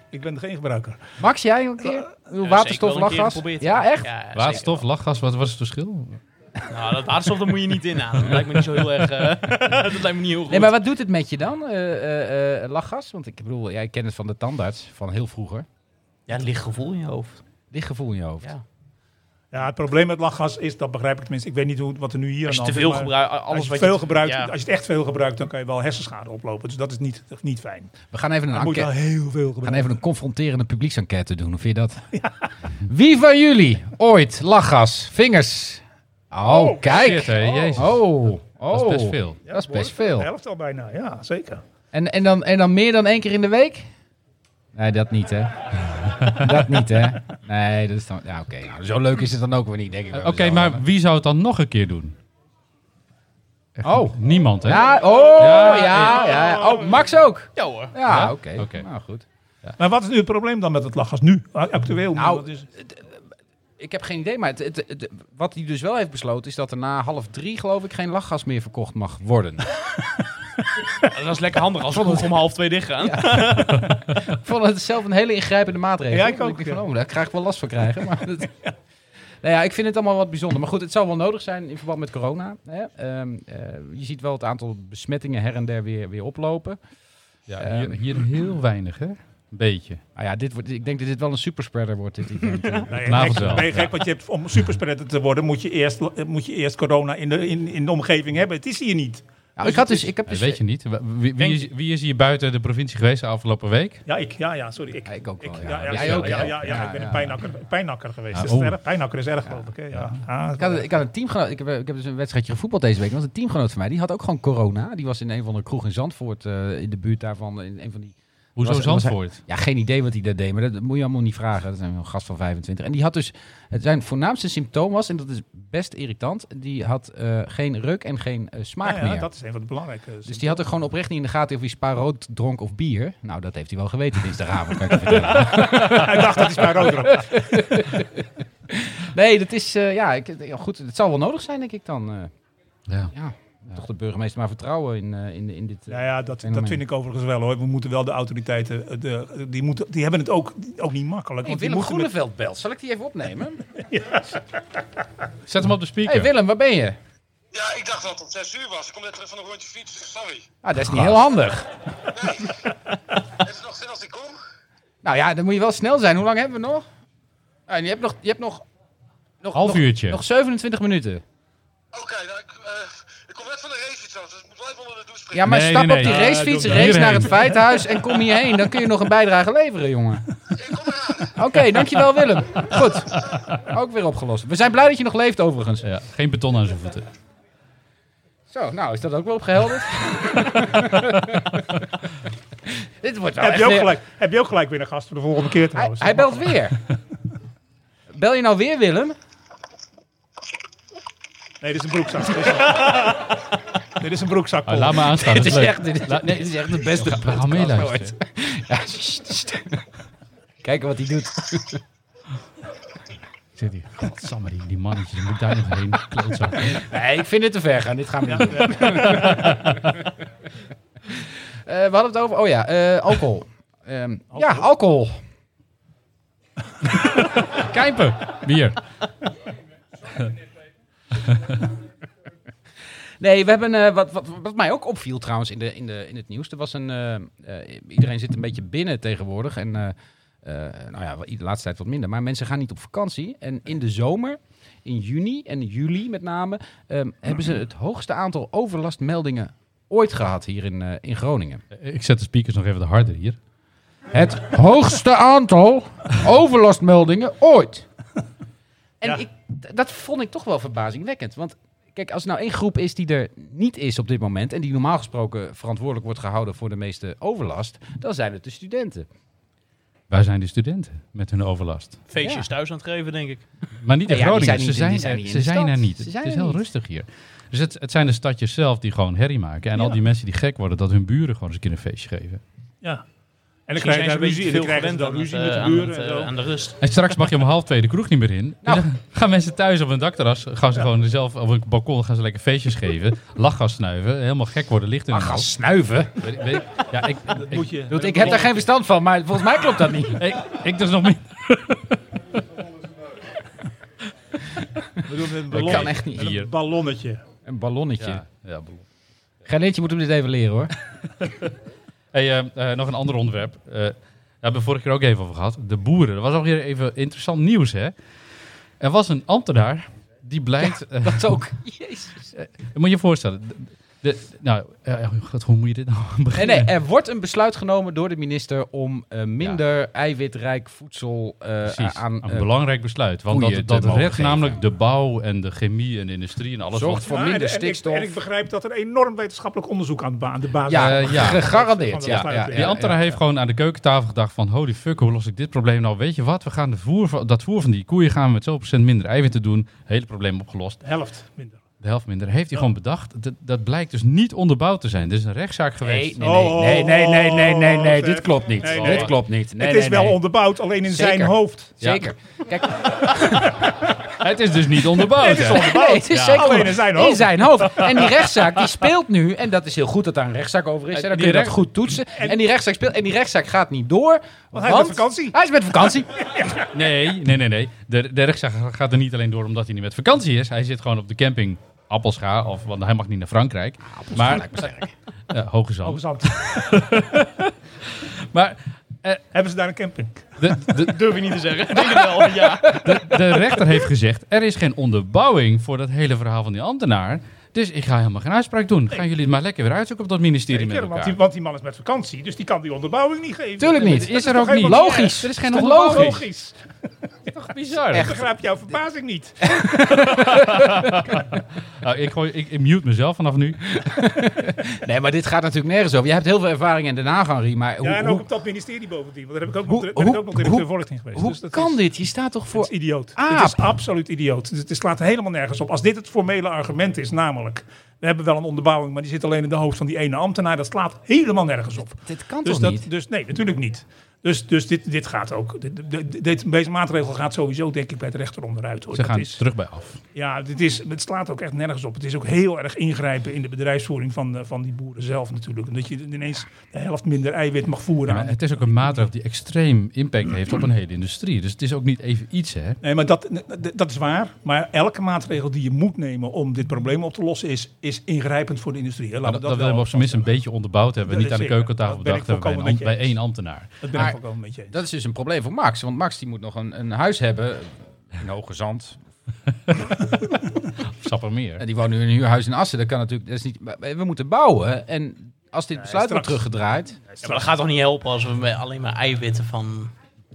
E: Ik ben geen gebruiker.
A: Max, jij een keer? Uw
F: Eh,
A: waterstof,
F: zeker wel een keer
A: lachgas?
F: geprobeerd,
A: Ja, echt?
F: Ja, zeker.
B: Waterstof, lachgas, wat was het verschil?
F: Nou, dat waterstof dat moet je niet inademen. Dat lijkt me niet zo heel erg. eh, dat lijkt me niet heel goed.
A: Nee, maar wat doet het met je dan? Eh, eh, eh, lachgas? Want ik bedoel, jij kent het van de tandarts van heel vroeger.
F: Ja, het licht gevoel in je hoofd.
A: Licht gevoel in je hoofd.
F: Ja.
E: Ja, het probleem met lachgas is, dat begrijp ik tenminste, ik weet niet hoe, wat er nu hier
F: Als je
E: aan
F: te
E: de
F: veel
E: hand is, nou, maar
F: gebruikt, alles
E: Als je,
F: wat
E: veel gebruikt,
F: ja.
E: als je het echt veel gebruikt, dan kan je wel hersenschade oplopen. Dus dat is niet, dat is niet fijn.
A: We gaan even een
E: Dan moet je wel
A: enquête.
E: heel veel
A: We gaan
E: gebruiken.
A: even een confronterende publieksenquête doen. Hoe vind je dat? Wie van jullie ooit lachgas, vingers? Oh, kijk.
B: Shit, hè, Jezus.
A: Oh, oh.
B: Dat is best veel.
E: Ja,
A: Dat is best
E: behoorlijk.
A: veel.
E: De helft al bijna, ja, zeker.
A: En, en, dan, en dan meer dan één keer in de week? Nee, dat niet, hè? dat niet, hè? Nee, dat is dan... Ja, oké. Nou, zo leuk is het dan ook weer niet, denk ik. bij
B: Oké,
A: mezelf.
B: maar wie zou het dan nog een keer doen?
A: Oh.
B: Niemand, hè?
A: Ja, oh,
B: Ja,
A: ja, ja, Oh, Max ook?
F: Ja hoor.
A: Ja,
B: Ja?
A: oké.
B: Oké.
A: Nou, goed.
E: Maar wat is nu het probleem dan met het lachgas nu? Actueel?
A: Nou,
E: dat is,
A: Ik heb geen idee, maar het, het- het- wat hij dus wel heeft besloten... is dat er na half drie, geloof ik, geen lachgas meer verkocht mag worden.
F: Dat is lekker handig als we vroeg om half twee dichtgaan.
A: Ik vond het zelf een hele ingrijpende maatregel.
E: Ja, ik
A: Dat
E: ook,
A: denk van,
E: ja.
A: oh, daar ga ik wel last van krijgen. Maar dat... Nou ja, ik vind het allemaal wat bijzonder. Maar goed, het zou wel nodig zijn in verband met corona. Hè? Ehm, eh, je ziet wel het aantal besmettingen her en der weer, weer oplopen.
B: Ja, hier, hier heel weinig, hè? Een beetje.
A: Nou ja, dit wordt, ik denk dat dit wel een superspreader wordt, dit event. eh.
E: Nee,
B: Vanavond
E: gek,
B: wel.
E: nee, gek, want je hebt, om superspreader te worden moet je eerst, eh, moet je eerst corona in de, in, in de omgeving hebben. Het is hier niet.
A: nou, ik, had dus, ik heb
B: Ja,
A: dus...
B: weet je niet. Wie, wie,
E: Denk-
B: is, wie is hier buiten de provincie geweest de afgelopen week?
E: Ja, ik, ja, ja sorry. Ik,
A: Ja, ik ook wel, ja.
E: ja, ja,
A: Jij
E: ja,
A: ook,
E: ja,
A: hè?
E: ja, ja,
A: Ja,
E: ik ben
A: ja.
E: een pijnakker, pijnakker geweest.
B: Ah,
E: Dat is
B: oh.
E: erg. Pijnakker is erg, geloof ik. Hè? Ja. Ah,
A: Ik had, ik had een teamgenoot, ik heb, ik heb dus een wedstrijdje gevoetbald deze week. Er was een teamgenoot van mij, die had ook gewoon corona. Die was in een van de kroeg in Zandvoort, eh, in de buurt daarvan, in een van die
B: Hoezo
A: Was- was hij-
B: Zandvoort?
A: Ja, geen idee wat hij daar deed, maar dat moet je allemaal niet vragen. Dat is een gast van 25. En die had dus, het zijn voornaamste symptoom was, en dat is best irritant, die had eh, geen reuk en geen eh, smaak
E: ja, ja,
A: meer.
E: dat is een van de belangrijke.
A: Dus die had er gewoon oprecht niet in de gaten of hij spa rood dronk of bier. Nou, dat heeft hij wel geweten dinsdagavond, kan ik je vertellen.
E: Hij Ah, dacht dat is bij rood erop.
A: Nee, dat is, eh, ja, ik, ja, goed, het zal wel nodig zijn, denk ik dan. eh.
B: Ja.
A: ja, toch de burgemeester maar vertrouwen in, eh, in, in dit... eh.
E: Nou ja, dat, dat
A: Fenomeen.
E: vind ik overigens wel hoor. We moeten wel de autoriteiten, eh, de, die, moeten, die hebben het ook, ook niet makkelijk.
A: Hey,
E: want die
A: Willem
E: moeten met-
A: Groeneveld belt. Zal ik die even opnemen?
B: Zet hem op de speaker.
A: hey, Willem, waar ben je?
H: Ja, ik dacht dat het om 6 uur was. Ik kom net terug van een rondje fietsen, sorry.
A: Ah, dat is niet heel handig.
H: Is het nog zin als ik kom?
A: Nou ja, dan moet je wel snel zijn. Hoe lang hebben we nog? Ah, en je hebt nog... Je hebt nog nog,
B: Half
A: nog-
B: uurtje.
A: Nog 27 minuten.
H: Oké, nou, ik, eh, ik kom net van de race trouwens, dus ik moet blijven onder de douche
A: Ja,
H: springen.
A: maar
B: Nee,
A: stap
B: nee,
A: op die
B: nee.
A: racefiets,
B: Ah, doe
A: race
B: maar.
A: naar het
B: Hierheen.
A: feithuis en kom hierheen. Dan kun je nog een bijdrage leveren, jongen.
H: Ik kom eraan.
A: Oké, dankjewel Willem. Goed. Ook weer opgelost. We zijn blij dat je nog leeft overigens.
B: Ja, geen beton aan zijn
A: Oh.
B: voeten.
A: Zo, nou is dat ook wel opgehelderd. Dit wordt wel
E: Heb
A: echt
E: je, ook
A: weer-
E: gelijk, heb je ook gelijk weer een gast voor de volgende keer
A: Hij,
E: trouwens.
A: hij belt weer. Bel je nou weer Willem?
E: Nee, dit is een broekzak. Dit is- dit is een broekzak.
B: Ah, laat me aanstaan.
A: Het
B: dat
A: is,
B: is leuk.
A: echt, dit, is, nee, dit is echt de beste
B: we gaan
A: podcast
B: meeluisteren.
A: ooit. Ja, sst, sst. Kijken wat hij doet.
B: Ik zeg die, godsamme, die, die mannetjes, die moet daar nog heen. Klootzak.
A: Nee, ik vind dit te ver gaan. Dit gaan we niet doen. Eh, we hadden het over... Oh ja, eh, alcohol. Ehm, Ja, alcohol.
B: Kijpen, bier.
A: Nee, we hebben, eh, wat, wat, wat mij ook opviel trouwens in, de, in, de, in het nieuws. Er was een, eh, eh, iedereen zit een beetje binnen tegenwoordig. En eh, eh, nou ja, wel- de laatste tijd wat minder. Maar mensen gaan niet op vakantie. En in de zomer in juni en juli met name, ehm, hebben ze het hoogste aantal overlastmeldingen ooit gehad hier in, eh, in Groningen.
B: Ik zet de speakers nog even de harder hier.
A: Het hoogste aantal overlastmeldingen ooit. En ik, d- dat vond ik toch wel verbazingwekkend. Want kijk, als er nou één groep is die er niet is op dit moment... en die normaal gesproken verantwoordelijk wordt gehouden voor de meeste overlast... dan zijn het de studenten.
B: Waar zijn de studenten met hun overlast?
F: Feestjes
A: Ja.
F: thuis aan het geven, denk ik.
B: Maar niet in
A: Ja, ja, die
B: Groningen.
A: zijn niet-
B: ze zijn,
A: die zijn
B: er-
A: niet in
B: ze
A: de
B: zijn er
A: stad.
B: niet.
A: Ze
B: Het
A: zijn
B: is
A: er
B: heel
A: niet.
B: rustig hier. Dus het, het zijn de stadjes zelf die gewoon herrie maken. En al
E: Ja.
B: die mensen die gek worden dat hun buren gewoon eens een keer een feestje geven.
E: Ja. En dan
F: Misschien
E: krijg je
F: zijn
E: daar ruzie en
F: ze nu
E: dan
F: veel
E: krijgen ze
F: gewend
E: dan
F: aan het,
E: ruzie met
F: eh,
E: de
F: aan
E: buren
F: het,
E: en
F: eh,
E: zo.
F: aan de rust.
B: En straks mag je om half twee de kroeg niet meer in.
A: Nou.
B: Dan gaan mensen thuis op hun dakterras, gaan ze gewoon zelf op hun balkon gaan ze lekker feestjes geven. Lachgas snuiven, helemaal gek worden, licht in hun
A: Gaan
B: hand.
A: Ah, snuiven?
B: Weet ik- weet ik- Ja, ik, ik,
E: Moet je,
A: Ik, ik heb daar geen verstand van, maar volgens mij klopt dat niet.
B: ik, ik dus nog meer.
E: we doen het met
B: Dat
E: een ballon.
A: kan echt niet.
E: Met
B: Hier.
E: een ballonnetje.
A: Een ballonnetje.
B: Ja, ja, bedoel.
A: Garnetje moet hem dit even leren, hoor.
B: Hey, eh, eh, nog een ander onderwerp. Eh, daar hebben we vorige keer ook even over gehad. De boeren. Dat was ook weer even interessant nieuws, hè? Er was een ambtenaar die blijkt... eh,
A: Dat ook. Jezus.
B: moet je je voorstellen. De, de- nou, eh, god, hoe moet je dit nou
A: Nee,
B: beginnen?
A: nee, er wordt een besluit genomen door de minister om eh, minder eiwitrijk voedsel eh,
B: Precies,
A: aan...
B: een
A: eh,
B: belangrijk besluit. Want
A: koeien
B: dat, dat
A: te mogen
B: redt
A: geven.
B: namelijk de bouw en de chemie en de industrie en alles.
A: zorgt
B: wat-
A: voor
E: Maar- en-
A: minder
E: en ik-
A: stikstof.
E: En ik begrijp dat er enorm wetenschappelijk onderzoek aan de ba- aan de basis
A: Ja,
B: Eh, ja.
A: Ah, gegarandeerd.
E: Van de
A: Ja, ja,
E: besluiten,
B: Die ambtenaar heeft gewoon aan de keukentafel gedacht van... holy fuck, hoe los ik dit probleem nou? Weet je wat, we gaan de voer, van- dat voer van die koeien gaan we met zoveel procent minder eiwitten doen. Hele probleem opgelost.
E: de helft minder.
B: De helft minder. Heeft hij gewoon bedacht. Dat, dat blijkt dus niet onderbouwd te zijn. Er is een rechtszaak
A: Nee,
B: geweest.
A: nee, nee, nee, nee, nee, nee, nee, nee, dit klopt niet.
E: Nee,
B: nee.
A: Dit klopt niet. Nee,
E: het is
A: nee,
E: wel
A: nee.
E: onderbouwd, alleen in
A: Zeker.
E: zijn hoofd.
A: Zeker. Kijk,
B: Het is dus niet onderbouwd. hè?
A: nee, het is zeker
E: Alleen
A: wel-
E: in zijn hoofd.
A: In zijn hoofd. En die rechtszaak die speelt nu. En dat is heel goed dat daar een rechtszaak over is. En dan
B: die
A: kun je dat
B: rec-
A: goed toetsen. En die rechtszaak speelt. En die rechtszaak gaat niet door. Want
E: hij is met vakantie.
A: Hij is met vakantie.
B: Nee, nee, nee. nee. De, de rechtszaak gaat er niet alleen door omdat hij niet met vakantie is. Hij zit gewoon op de camping. Appelscha, of, want hij mag niet naar Frankrijk. maar, eh, Hoge
A: Oh,
B: Zand.
E: Hoge zand.
B: Maar
E: Hebben ze daar een camping?
B: de, de,
F: Durf ik niet te zeggen. Ik denk het wel, ja.
B: de rechter heeft gezegd... er is geen onderbouwing voor dat hele verhaal van die ambtenaar. Dus ik ga helemaal geen uitspraak doen. Gaan jullie het maar lekker weer uitzoeken op dat ministerie met
E: Zeker, want,
B: elkaar.
E: die, want die man is met vakantie, dus die kan die onderbouwing niet geven.
A: Tuurlijk
E: Dat
A: niet.
E: dat
B: Is er
E: toch
B: ook niet.
E: helemaal niet
A: Logisch.
B: Er is geen
A: Is toch
B: onderbouwing.
A: logisch?
E: Logisch.
B: Bizar.
E: Ik begrijp jouw verbazing niet.
B: Nou, ik, gooi, ik, ik mute mezelf vanaf nu.
A: Nee, maar dit gaat natuurlijk nergens over. Je hebt heel veel ervaring in Den Haag, Henri. Maar hoe,
E: Ja, en ook
A: hoe,
E: op dat ministerie bovendien. Want daar heb ik ook,
A: Hoe-
E: nog- ben ik
A: hoe-
E: ook nog directeur
A: hoe-
E: voorlichting geweest.
A: hoe
E: dus dat
A: kan
E: is,
A: dit? Ah, Je staat toch
E: dat
A: voor...
E: is idioot.
A: Aap.
E: Het is absoluut idioot. Het, het slaat helemaal nergens op. Als dit het formele argument is, namelijk... We hebben wel een onderbouwing, maar die zit alleen in de hoofd van die ene ambtenaar. Dat slaat helemaal nergens op.
A: Dit kan
E: Dus,
A: toch
E: dat,
A: niet?
E: dus nee, natuurlijk niet. Dus, dus dit, dit gaat ook. Dit, dit- dit- deze maatregel gaat sowieso, denk ik, bij de rechter onderuit. Hoor.
B: Ze
E: Dat
B: gaan
E: is,
B: terug bij af.
E: ja, dit is, het slaat ook echt nergens op. Het is ook heel erg ingrijpen in de bedrijfsvoering van, eh, van die boeren zelf natuurlijk. Omdat je ineens de helft minder eiwit mag voeren. aan-
B: het is ook een maatregel die extreem impact heeft op een hele industrie. Dus het is ook niet even iets, hè?
E: Nee, maar dat, dat is waar. Maar elke maatregel die je moet nemen om dit probleem op te lossen is, is ingrijpend voor de industrie. hè.
B: Dat,
E: Laten
B: dat,
E: we dat,
B: willen we
E: wel.
B: op zijn minst een beetje onderbouwd hebben.
E: Dat
B: niet aan
E: is
B: de
E: zeker.
B: keukentafel
E: Dat ben ik
B: bedacht hebben bij, een
E: volkomen
B: amb- bij
E: met je
B: één ambtenaar.
E: Dat ben ik
A: Maar-
E: ook wel een beetje eens.
A: Dat is dus een probleem voor Max. Want Max die moet nog een, een huis hebben in Hoge Zand.
B: Sappermeer.
A: En die woont nu in een huurhuis in Assen. Dat kan natuurlijk... Dat is niet, maar we moeten bouwen. En als dit besluit wordt
E: straks.
A: teruggedraaid...
F: Ja, maar dat gaat toch niet helpen als we met alleen maar eiwitten van...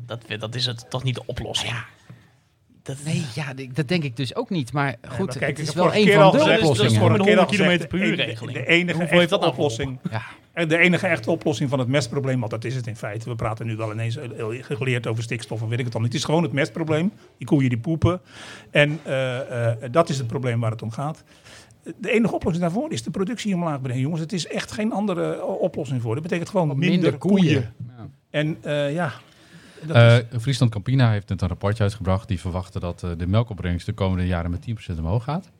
F: Dat, dat is het, toch niet de oplossing?
E: Nou
F: Dat,
A: Nee, ja, d- dat denk ik dus ook niet. Maar goed,
E: Maar kijk,
A: het is
E: de
A: wel
E: vorige
A: een
E: keer
A: van
E: al
A: de
E: gezegd,
F: dus
A: oplossingen.
F: voor
E: vorige keer al
F: 100 kilometer per
E: gezegd,
F: uur
E: de-
F: regeling.
E: De, enige
F: Hoeveel heeft
E: echte
F: dat nou
E: oplossing.
A: Ja.
E: En De enige echte oplossing van het mestprobleem, want dat is het in feite. We praten nu wel ineens heel geleerd over stikstof en weet ik het al. niet. Het is gewoon het mestprobleem. Die koeien die poepen. En eh, eh, dat is het probleem waar het om gaat. De enige oplossing daarvoor is de productie omlaag brengen, jongens. Het is echt geen andere eh, oplossing voor. Dat betekent gewoon minder, koeien. En eh, ja, dat is-
B: Eh, Friesland Campina heeft net een rapportje uitgebracht. Die verwachten dat eh, de melkopbrengst de komende jaren met 10% omhoog gaat.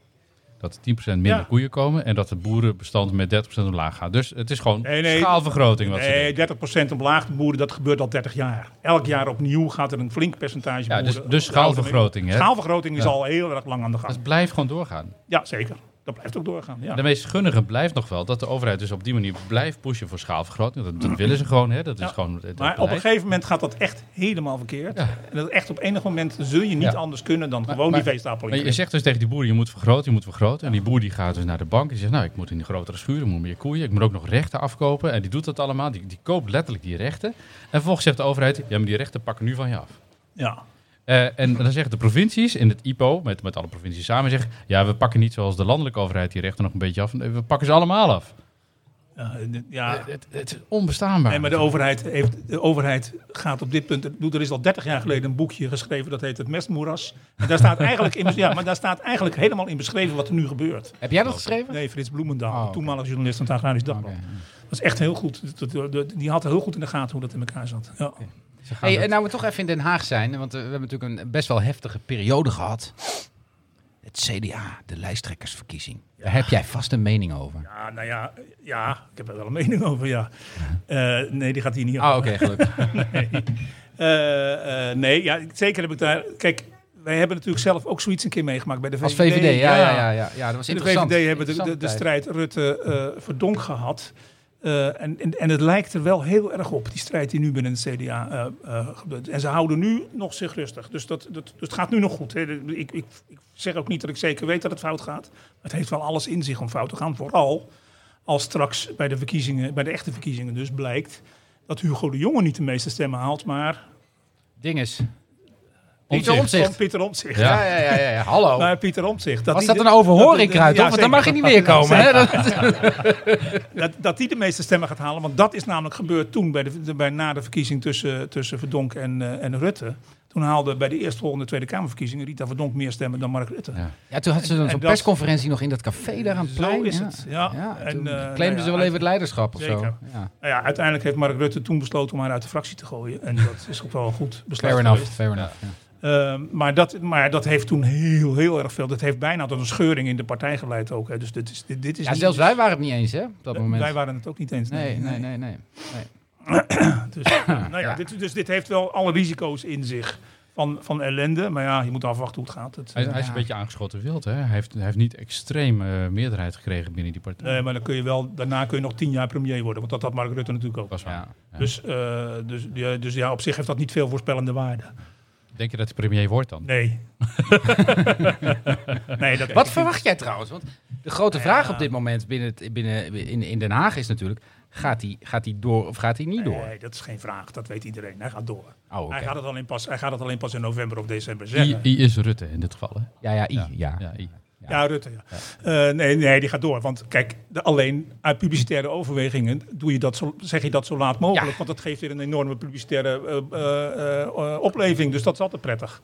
B: Dat er 10% minder
E: Ja.
B: koeien komen. En dat het boerenbestand met 30% omlaag gaat. Dus het is gewoon
E: Nee, nee.
B: schaalvergroting. Wat ze doen.
E: nee, 30% omlaag de boeren, dat gebeurt al 30 jaar. Elk jaar opnieuw gaat er een flink percentage
B: Ja, dus-
E: boeren-
B: dus schaalvergroting, hè?
E: Schaalvergroting is
B: Ja.
E: al heel erg lang aan de gang.
B: Dat blijft gewoon doorgaan.
E: Ja, zeker. Dat blijft ook doorgaan. Ja.
B: De meest gunnige blijft nog wel dat de overheid dus op die manier blijft pushen voor schaalvergroting. Dat, dat willen ze gewoon, hè? Dat is
E: Ja.
B: gewoon. het- het
E: Maar op een
B: beleid.
E: gegeven moment gaat dat echt helemaal verkeerd.
B: Ja.
E: En dat echt op enig moment zul je niet
B: Ja.
E: anders kunnen dan gewoon die veestapel
B: Maar je
E: inkrimpen.
B: zegt dus tegen die boer, je moet vergroten, je moet vergroten. En die boer die gaat dus naar de bank en die zegt, nou, ik moet in die grotere schuur, ik moet meer koeien, ik moet ook nog rechten afkopen. En die doet dat allemaal, die, die koopt letterlijk die rechten. En vervolgens zegt de overheid, ja, maar die rechten pakken nu van je af.
E: Ja.
B: Eh, en dan zeggen de provincies in het IPO, met, met alle provincies samen, zeggen, ja, we pakken niet zoals de landelijke overheid die rechten nog een beetje af. Nee, we pakken ze allemaal af.
E: Ja, d- ja.
B: Het, het is onbestaanbaar.
E: Nee, maar de overheid, heeft, de overheid gaat op dit punt. ik bedoel, Er is al 30 jaar geleden een boekje geschreven dat heet Het Mestmoeras. En daar staat eigenlijk, in, ja, maar daar staat eigenlijk helemaal in beschreven wat er nu gebeurt.
A: Heb jij dat geschreven?
E: Nee, Frits Bloemendaal,
A: Oh,
E: de toenmalige journalist van het Agrarisch Dagblad.
A: Oké.
E: Dat is echt heel goed. Dat- dat- dat- Die had heel goed in de gaten hoe dat in elkaar zat. Ja.
A: Hey, en nou we toch even in Den Haag zijn, want eh, we hebben natuurlijk een best wel heftige periode gehad. Het CDA, de lijsttrekkersverkiezing. Daar heb jij vast een mening over.
E: Ja, nou ja, ja, ik heb er wel een mening over, ja. Eh, nee, die gaat hier niet over.
A: Ah, oké, gelukkig.
E: Eh, eh, nee, ja, zeker heb ik daar... Kijk, wij hebben natuurlijk zelf ook zoiets een keer meegemaakt bij de VVD.
A: Als VVD, ja, ja, ja, ja, ja, dat was
E: De
A: interessant.
E: VVD hebben de, de, de
A: Interessante
E: strijd Rutte-Verdonk gehad. Eh, en, en, en het lijkt er wel heel erg op, die strijd die nu binnen het CDA eh, eh, gebeurt. En ze houden nu nog zich rustig. Dus, dat, dat, dus het gaat nu nog goed. Hè. Ik, ik, ik zeg ook niet dat ik zeker weet dat het fout gaat. Maar het heeft wel alles in zich om fout te gaan. Vooral als straks bij de, verkiezingen, bij de echte verkiezingen dus blijkt... dat Hugo de Jonge niet de meeste stemmen haalt, maar...
A: tijd. Dinges.
B: Omtzigt.
A: Pieter
E: Van
A: Omtzigt.
E: Pieter Omtzigt.
B: Ja.
A: Ja, ja, ja, ja, ja, hallo.
E: Maar Pieter Omtzigt...
A: was
E: die
A: dat
E: de-
A: een overhoring,
E: dat-
A: Kruid?
E: ja,
A: Ja, want dan
E: zeker.
A: mag je niet meer komen. Hè? Dat-
E: dat, dat die de meeste stemmen gaat halen. Want dat is namelijk gebeurd toen, bij de, de- bij, na de verkiezing tussen, tussen Verdonk en, eh, en Rutte. Toen haalde bij de eerstvolgende Tweede Kamerverkiezingen Rita Verdonk meer stemmen dan Mark Rutte.
B: Ja.
A: Ja, toen had ze dan
E: En
A: zo'n
E: dat-
A: persconferentie nog in dat café daar aan het
E: Zo
A: plein.
E: is
A: ja.
E: het, ja. En,
A: toen
E: eh, nou
A: claimden
E: ja,
A: ze wel even
E: uit-
A: het leiderschap of
E: Zeker.
A: zo. Ja.
E: Nou ja, uiteindelijk heeft Mark Rutte toen besloten om haar uit de fractie te gooien. En dat is ook wel een goed besluit
A: Fair enough,
E: geweest.
A: fair enough. ja.
E: Ehm, maar, dat, maar dat heeft toen heel, heel erg veel. Dat heeft bijna tot een scheuring in de partij geleid ook. Hè. Dus dit is, dit, dit is
A: Ja,
E: niet-
A: zelfs wij waren het niet eens, hè, op dat moment.
E: Wij waren het ook niet eens.
A: Nee, nee, nee, nee.
E: Dus, nou ja, dit, dus dit heeft wel alle risico's in zich van, van ellende. Maar ja, je moet afwachten hoe het gaat. Het, eh,
B: Hij, hij is
A: Ja.
B: een beetje aangeschoten wild, hè? Hij heeft, hij heeft niet extreem eh, meerderheid gekregen binnen die partij.
E: Nee, maar dan kun je wel, daarna kun je nog tien jaar premier worden. Want dat had Mark Rutte natuurlijk ook.
B: Dat is waar.
A: Ja.
E: Dus, eh, dus, ja, dus ja, op zich heeft dat niet veel voorspellende waarde.
B: Denk je dat hij premier wordt dan?
E: Nee. nee dat
A: Wat verwacht jij trouwens? Want de grote vraag op dit moment binnen het, binnen, in, in Den Haag is natuurlijk... gaat hij gaat die door of gaat hij niet door?
E: Nee, dat is geen vraag. Dat weet iedereen. Hij gaat door.
A: Oh, oké.
E: hij, gaat het alleen pas, hij gaat het alleen pas in november of december
B: I,
E: zeggen.
B: I is Rutte in dit geval, hè?
A: Ja, ja, I, ja. ja.
B: Ja, I.
E: Ja, Rutte. Ja. Eh, nee, nee, die gaat door. Want kijk, de, alleen uit publicitaire overwegingen doe je dat zo, zeg je dat zo laat mogelijk.
A: Ja.
E: Want dat geeft weer een enorme publicitaire eh, eh, eh, eh, opleving. Dus dat is altijd prettig.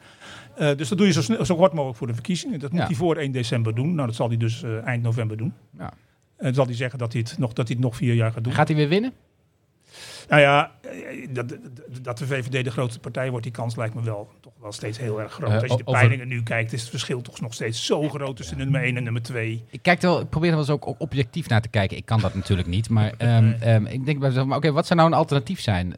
E: Eh, dus dat doe je zo, snel, zo kort mogelijk voor de verkiezingen. Dat moet
A: Ja.
E: hij voor 1 december doen. Nou, dat zal hij dus eh, eind november doen. En dan zal hij zeggen dat hij, het nog, dat hij het nog vier jaar gaat doen.
A: Gaat hij weer winnen?
E: Nou ja, eh, dat, dat- dat de VVD de grootste partij wordt, die kans lijkt me wel toch wel steeds heel erg groot.
B: Eh,
E: Als je de
B: over-
E: peilingen nu kijkt, is het verschil toch nog steeds zo groot tussen nummer 1 en nummer 2.
A: Ik, kijk er wel, ik probeer er wel eens ook objectief naar te kijken. Ik kan dat natuurlijk niet. Maar ehm, ehm, ik denk bij mezelf, maar oké, wat zou nou een alternatief zijn?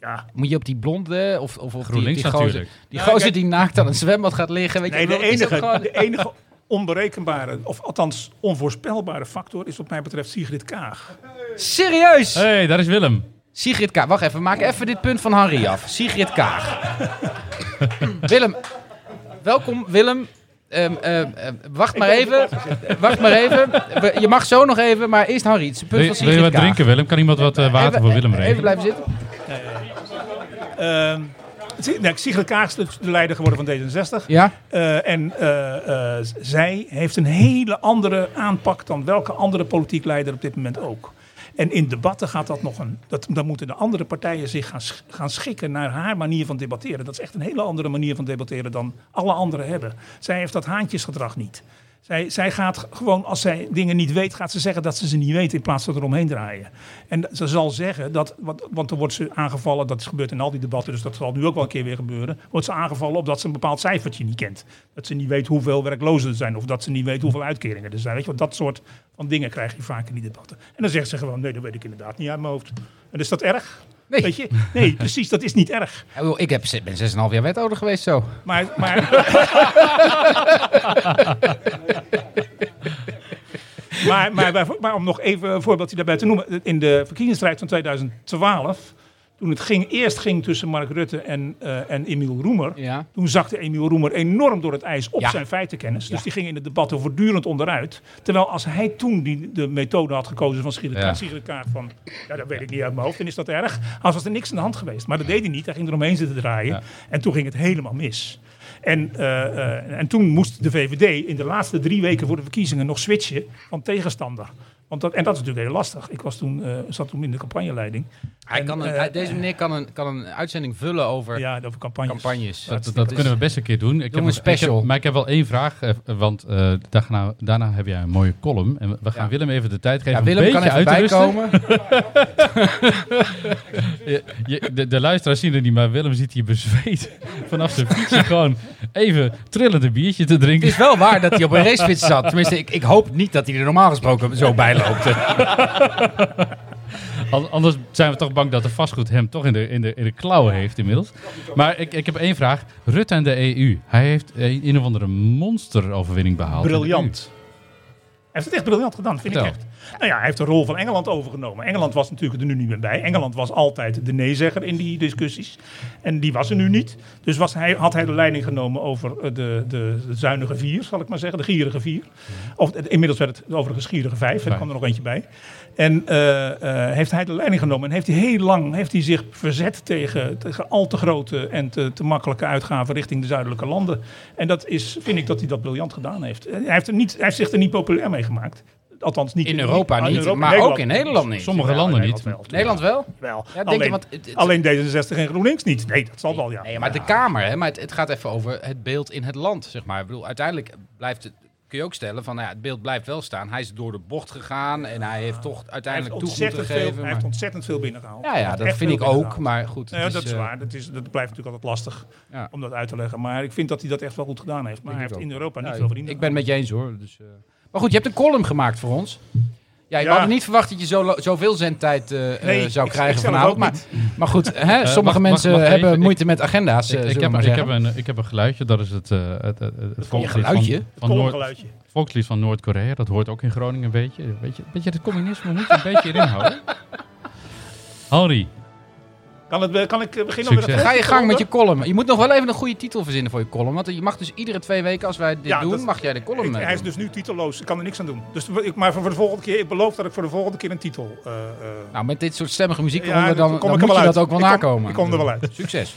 E: Ja,
A: Moet je op die blonde of, of op die,
B: GroenLinks
A: die gozer,
B: natuurlijk.
A: die,
E: Ja,
A: gozer
E: kijk-
A: die naakt aan het zwembad gaat liggen? Weet
E: Nee,
A: je,
E: de
A: ik bedoel, is dat
E: enige,
A: gewoon-
E: de enige onberekenbare, of althans onvoorspelbare factor is wat mij betreft Sigrid Kaag.
A: Serieus!
B: Hé, hey, daar is Willem.
A: Sigrid Kaag. Wacht even, maak even dit punt van Harry af. Sigrid Kaag. Willem, welkom Willem. Ehm, ehm, ehm, wacht maar even. Wacht maar even. We- Je mag zo nog even, maar eerst Harry. Het is een punt
B: Wil,
A: van
B: wil je
A: Sigrid
B: wat
A: Kaag.
B: drinken, Willem? Kan iemand wat eh, water
A: Even- e-
B: voor Willem
A: Even
B: regelen?
A: blijven zitten.
E: Ehm, Sig- nou, Sigrid Kaag is de de leider geworden van D66.
A: Ja?
E: Eh, en eh, eh, z- zij heeft een hele andere aanpak dan welke andere politiek leider op dit moment ook. En in debatten gaat dat nog een. Dat, dan moeten de andere partijen zich gaan, sch- gaan schikken naar haar manier van debatteren. Dat is echt een hele andere manier van debatteren dan alle anderen hebben. Zij heeft dat haantjesgedrag niet. Zij, zij gaat gewoon, als zij dingen niet weet, gaat ze zeggen dat ze ze niet weet in plaats van eromheen draaien. En ze zal zeggen dat, want, want dan wordt ze aangevallen, dat is gebeurd in al die debatten, dus dat zal nu ook wel een keer weer gebeuren. Wordt ze aangevallen op dat ze een bepaald cijfertje niet kent. Dat ze niet weet hoeveel werklozen er zijn, of dat ze niet weet hoeveel uitkeringen er zijn. Weet je, wel, dat soort van dingen krijg je vaak in die debatten. En dan zegt ze gewoon: nee, dat weet ik inderdaad niet uit mijn hoofd. En is dat erg?
A: Nee.
E: Weet je? Nee, precies, dat is niet erg.
A: Ik bedoel, Ik heb, ben 6,5 jaar wethouder geweest zo.
E: Maar, maar, Maar, maar, bij- maar om nog even een voorbeeldje daarbij te noemen. In de verkiezingsstrijd van 2012, toen het ging, eerst ging tussen Mark Rutte en, eh, en Emiel Roemer.
A: Ja.
E: Toen zakte Emiel Roemer enorm door het ijs op
A: Ja.
E: zijn feitenkennis. Dus die ging in de debatten voortdurend onderuit. Terwijl als hij toen die, de methode had gekozen van
B: Ja.
E: Sigrid Sigrid Kaag van... Ja, dat weet ik niet uit mijn hoofd en is dat erg. Als was er niks aan de hand geweest. Maar dat deed hij niet. Hij ging eromheen zitten draaien. En toen ging het helemaal mis. En, eh, eh, en toen moest de VVD in de laatste drie weken voor de verkiezingen nog switchen van tegenstander. Want dat, en dat is natuurlijk heel lastig. Ik was toen, eh, zat toen in de campagneleiding.
A: Hij
E: En,
A: kan een,
E: eh,
A: hij- deze meneer kan een, kan een uitzending vullen over
E: Ja, over campagnes.
A: campagnes.
B: Dat, dat, kunnen we best een keer doen. Ik
A: Doe
B: nog-
A: een special.
B: Ik heb, maar ik heb wel één vraag, eh, want eh, daarna, daarna heb jij een mooie column. En we- we gaan
A: Ja.
B: Willem even de tijd geven
A: Ja,
B: om
A: Willem
B: een
A: kan
B: beetje
A: even
B: uit te rusten.
A: bijkomen.
B: Je- je- de, de luisteraars zien het niet, maar Willem zit hier bezweet vanaf zijn fiets gewoon even trillend een biertje te
A: Het
B: drinken.
A: is wel waar dat hij op een racefiets zat. Tenminste, ik, ik hoop niet dat hij er normaal gesproken zo bij loopt.
B: An- Anders zijn we toch bang dat de vastgoed hem toch in de, in de, in de klauwen heeft inmiddels. Maar ik, ik heb één vraag. Rutte en de EU. Hij heeft een, een of andere monsteroverwinning behaald.
E: Briljant. Hij heeft het echt briljant gedaan, vind ik
B: Vertel.
E: echt. Nou ja, hij heeft de rol van Engeland overgenomen. Engeland was natuurlijk er nu niet meer bij. Engeland was altijd de nee-zegger in die discussies. En die was er nu niet. Dus was hij, had hij de leiding genomen over eh, de, de, de zuinige vier, zal ik maar zeggen. De gierige vier. Of eh, inmiddels werd het overigens gierige vijf. Er
B: Vijf.
E: kwam er nog eentje bij. En eh, eh, heeft hij de leiding genomen. En heeft hij heel lang heeft hij zich verzet tegen, tegen al te grote en te, te makkelijke uitgaven richting de zuidelijke landen. En dat is, vind ik dat hij dat briljant gedaan heeft. Eh, Hij heeft, er niet, hij heeft zich er niet populair mee gemaakt. Althans niet
A: In Europa
E: ah,
A: niet, maar ook in Nederland niet.
B: Sommige
E: Jawel, in
B: landen niet.
E: Nederland wel.
A: Nederland wel?
E: Wel.
A: Ja, denk je,
E: alleen,
A: want het- het-
E: alleen D66 en GroenLinks niet. Nee, dat zal wel, ja.
A: Nee, maar de Kamer, hè, maar het, het gaat even over het beeld in het land, zeg maar. Ik bedoel, uiteindelijk blijft het, kun je ook stellen van, nou ja, het beeld blijft wel staan. Hij is door de bocht gegaan en hij heeft toch
E: Ah. hij, heeft
A: uiteindelijk toe moeten
E: ontzettend veel,
A: geven.
E: hij
A: maar-
E: heeft ontzettend veel binnengehaald.
A: Ja,
E: Hij
A: ja,
E: heeft
A: dat
E: echt
A: vind
E: veel
A: ik ook,
E: binnengehaald.
A: maar goed. het
E: Nou, dat is
A: eh,
E: waar. Dat, is, dat blijft natuurlijk altijd lastig
A: Ja.
E: om dat uit te leggen. Maar ik vind dat hij dat echt wel goed gedaan heeft. Maar hij
A: het
E: heeft in
A: ook.
E: Europa niet
A: Ja,
E: veel verdiend.
A: Ik ben het met je eens hoor. Dus, eh. Maar goed, je hebt een column gemaakt voor ons. Ja, ik
E: Ja.
A: had niet verwacht dat je zo, lo- zoveel zendtijd eh, eh,
E: Nee,
A: zou
E: ik-
A: krijgen
E: ik zelf
A: vanavond.
E: ook
A: Maar, maar goed, hè, sommige
B: wacht,
A: mensen
B: wacht, wacht
A: hebben
B: even.
A: moeite met agenda's. eh,
B: Ik, ik,
A: zullen we
B: heb,
A: maar
B: ik,
A: zeggen.
B: heb een, ik heb een geluidje, dat is het, eh, het, het, het volkslied
A: geluidje?
B: van, van Noord,
E: geluidje.
B: volkslied van Noord-Korea. Dat hoort ook in Groningen een beetje. Een beetje, een beetje het communisme moet je een beetje erin houden. Henri,
E: Kan, het, kan ik eh, beginnen met
B: Succes.
A: Ga je gang met je column. Je moet nog wel even een goede titel verzinnen voor je column. Want je mag dus iedere twee weken, als wij dit
E: Ja,
A: doen,
E: dat-
A: mag jij de column
E: Ik-
A: eh,
E: hij is
A: doen.
E: dus nu titelloos. Ik kan er niks aan doen. Dus we- ik, maar voor de volgende keer, ik beloof dat ik voor de volgende keer een titel. eh, eh,
A: Nou, met dit soort stemmige muziek
E: Ja,
A: eronder,
E: dan
A: dan,
E: kom
A: dan
E: ik er
A: moet
E: wel
A: je
E: uit.
A: dat ook wel
E: Ik kom-
A: nakomen.
E: ik kom er wel uit.
A: Succes.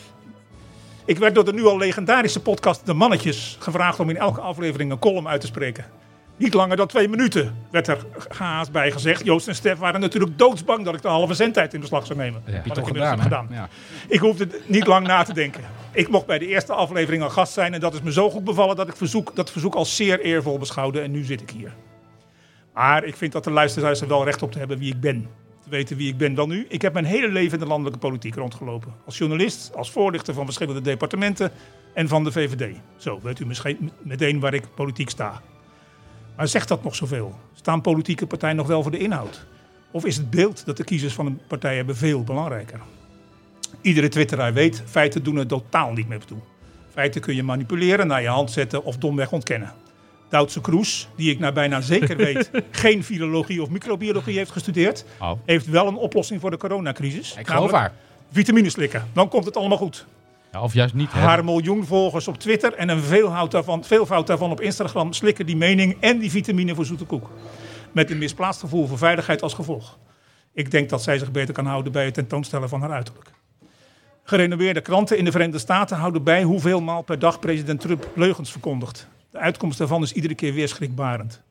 E: Ik werd door de nu al legendarische podcast De Mannetjes gevraagd om in elke aflevering een column uit te spreken. Niet langer dan twee minuten, werd er gehaast bij gezegd. Joost en Stef waren natuurlijk doodsbang dat ik de halve zendtijd in beslag zou nemen. Wat ik
A: Toch
E: inmiddels
A: gedaan,
E: heb
A: hè?
E: gedaan.
A: Ja.
E: Ik hoefde d- niet lang na te denken. Ik mocht bij de eerste aflevering al gast zijn en dat is me zo goed bevallen dat ik verzoek, dat verzoek als zeer eervol beschouwde en nu zit ik hier. Maar ik vind dat de luisteraars er wel recht op te hebben wie ik ben. Te weten wie ik ben dan nu. Ik heb mijn hele leven in de landelijke politiek rondgelopen. Als journalist, als voorlichter van verschillende departementen en van de VVD. Zo weet u misschien meteen waar ik politiek sta. Maar zegt dat nog zoveel? Staan politieke partijen nog wel voor de inhoud? Of is het beeld dat de kiezers van een partij hebben veel belangrijker? Iedere twitteraar weet, feiten doen er totaal niet meer toe. Feiten kun je manipuleren, naar je hand zetten of domweg ontkennen. Doutse Kroes, die ik naar bijna zeker weet geen filologie of microbiologie heeft gestudeerd,
B: Au.
E: heeft wel een oplossing voor de coronacrisis.
A: Ik geloof haar.
E: namelijk Vitamine slikken, dan komt het allemaal goed.
B: ja, of juist niet. hè?
E: Haar miljoen volgers op Twitter en een veelvoud daarvan, veelvoud daarvan op Instagram slikken die mening en die vitamine voor zoete koek. Met een misplaatst gevoel voor veiligheid als gevolg. Ik denk dat zij zich beter kan houden bij het tentoonstellen van haar uiterlijk. Gerenommeerde kranten in de Verenigde Staten houden bij hoeveel maal per dag president Trump leugens verkondigt. De uitkomst daarvan is iedere keer weer schrikbarend.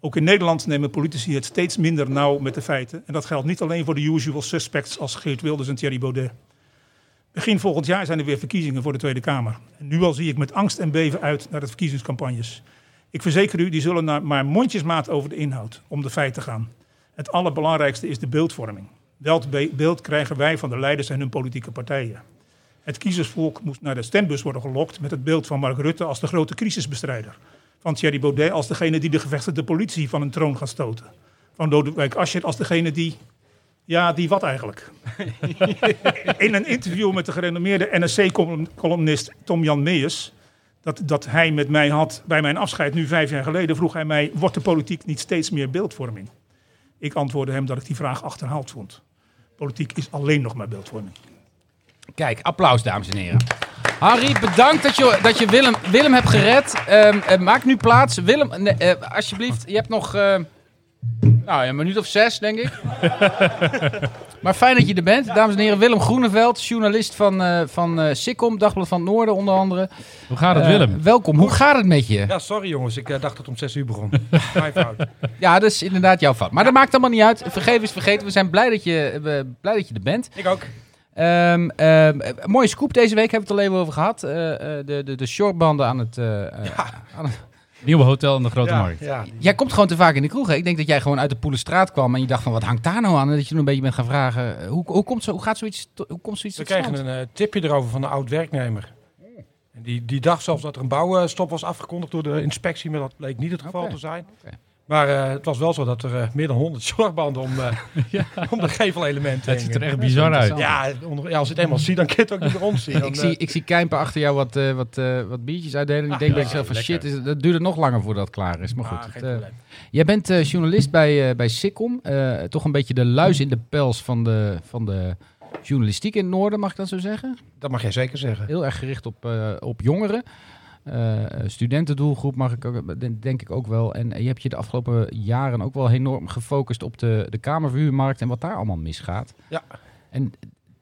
E: Ook in Nederland nemen politici het steeds minder nauw met de feiten. En dat geldt niet alleen voor de usual suspects als Geert Wilders en Thierry Baudet. Begin volgend jaar zijn er weer verkiezingen voor de Tweede Kamer. En nu al zie ik met angst en beven uit naar de verkiezingscampagnes. Ik verzeker u, die zullen naar maar mondjesmaat over de inhoud, om de feiten gaan. Het allerbelangrijkste is de beeldvorming. Welk be- beeld krijgen wij van de leiders en hun politieke partijen? Het kiezersvolk moest naar de stembus worden gelokt met het beeld van Mark Rutte als de grote crisisbestrijder. Van Thierry Baudet als degene die de gevestigde politie van een troon gaat stoten. Van Lodewijk Asscher als degene die... Ja, die wat eigenlijk? In een interview met de gerenommeerde NSC-columnist Tom Jan Meijers dat, dat hij met mij had bij mijn afscheid, nu vijf jaar geleden, vroeg hij mij: Wordt de politiek niet steeds meer beeldvorming? Ik antwoordde hem dat ik die vraag achterhaald vond. Politiek is alleen nog maar beeldvorming.
A: Kijk, applaus dames en heren. Harry, bedankt dat je, dat je Willem, Willem hebt gered. Ehm, eh, maak nu plaats. Willem, nee, eh, alsjeblieft. Je hebt nog eh, nou, een minuut of zes, denk ik. maar fijn dat je er bent. Dames en heren, Willem Groeneveld, journalist van, eh van eh, Sikkom, Dagblad van het Noorden onder andere.
B: Hoe gaat het,
A: Eh,
B: Willem?
A: welkom. Hoe gaat het met je?
G: Ja, sorry jongens, ik eh, dacht dat het om 6 uur begon. Mijn fout.
A: Ja, dat is inderdaad jouw fout. Maar dat maakt allemaal niet uit. Vergeven is vergeten. We zijn blij dat je, we- blij dat je er bent.
G: Ik ook.
A: Ehm, ehm, eh, mooie scoop deze week, hebben we het al even over gehad. Eh, eh, de, de, de shortbanden aan het, eh, eh, aan het-
B: Nieuwe hotel in de Grote
G: Ja,
B: Markt.
G: ja.
A: Jij komt gewoon te vaak in de kroeg. hè? Ik denk dat jij gewoon uit de Poelenstraat kwam en je dacht van wat hangt daar nou aan? En dat je toen een beetje bent gaan vragen, eh, hoe, hoe, komt, zo, hoe, gaat zoiets, to- hoe komt zoiets
G: We
A: tot
G: kregen
A: stand?
G: een eh, tipje erover van een oud-werknemer. En Die, die dacht zelfs dat er een bouwstop was afgekondigd door de inspectie, maar dat bleek niet het geval
A: Oké,
G: te zijn.
A: oké.
G: Maar eh, het was wel zo dat er eh, meer dan 100 zorgbanden om, eh, om de gevelelementen
B: Het ziet er
G: hingen.
B: echt bizar uit.
G: Ja, onder- ja, als je het eenmaal ziet, dan kun je het ook niet meer ontzien. Dan,
A: Ik
G: eh,
A: zie, ik zie Kijmper achter jou wat, eh, wat, eh, wat biertjes uitdelen. Ik denk bij zelf van shit, is, het- dat duurde nog langer voordat het klaar is. Maar
G: ah,
A: goed,
G: geen
A: het, eh,
G: probleem.
A: Jij bent eh, journalist bij, eh bij Sikkom. Eh, toch een beetje de luis in de pels van de, van de journalistiek in het noorden, mag ik dat zo zeggen?
G: dat mag jij zeker zeggen.
A: Heel erg gericht op, eh, op jongeren. Eh, studentendoelgroep mag ik ook, denk- denk ik ook wel. En eh, je hebt je de afgelopen jaren ook wel enorm gefocust op de, de kamerverhuurmarkt en wat daar allemaal misgaat.
G: Ja.
A: En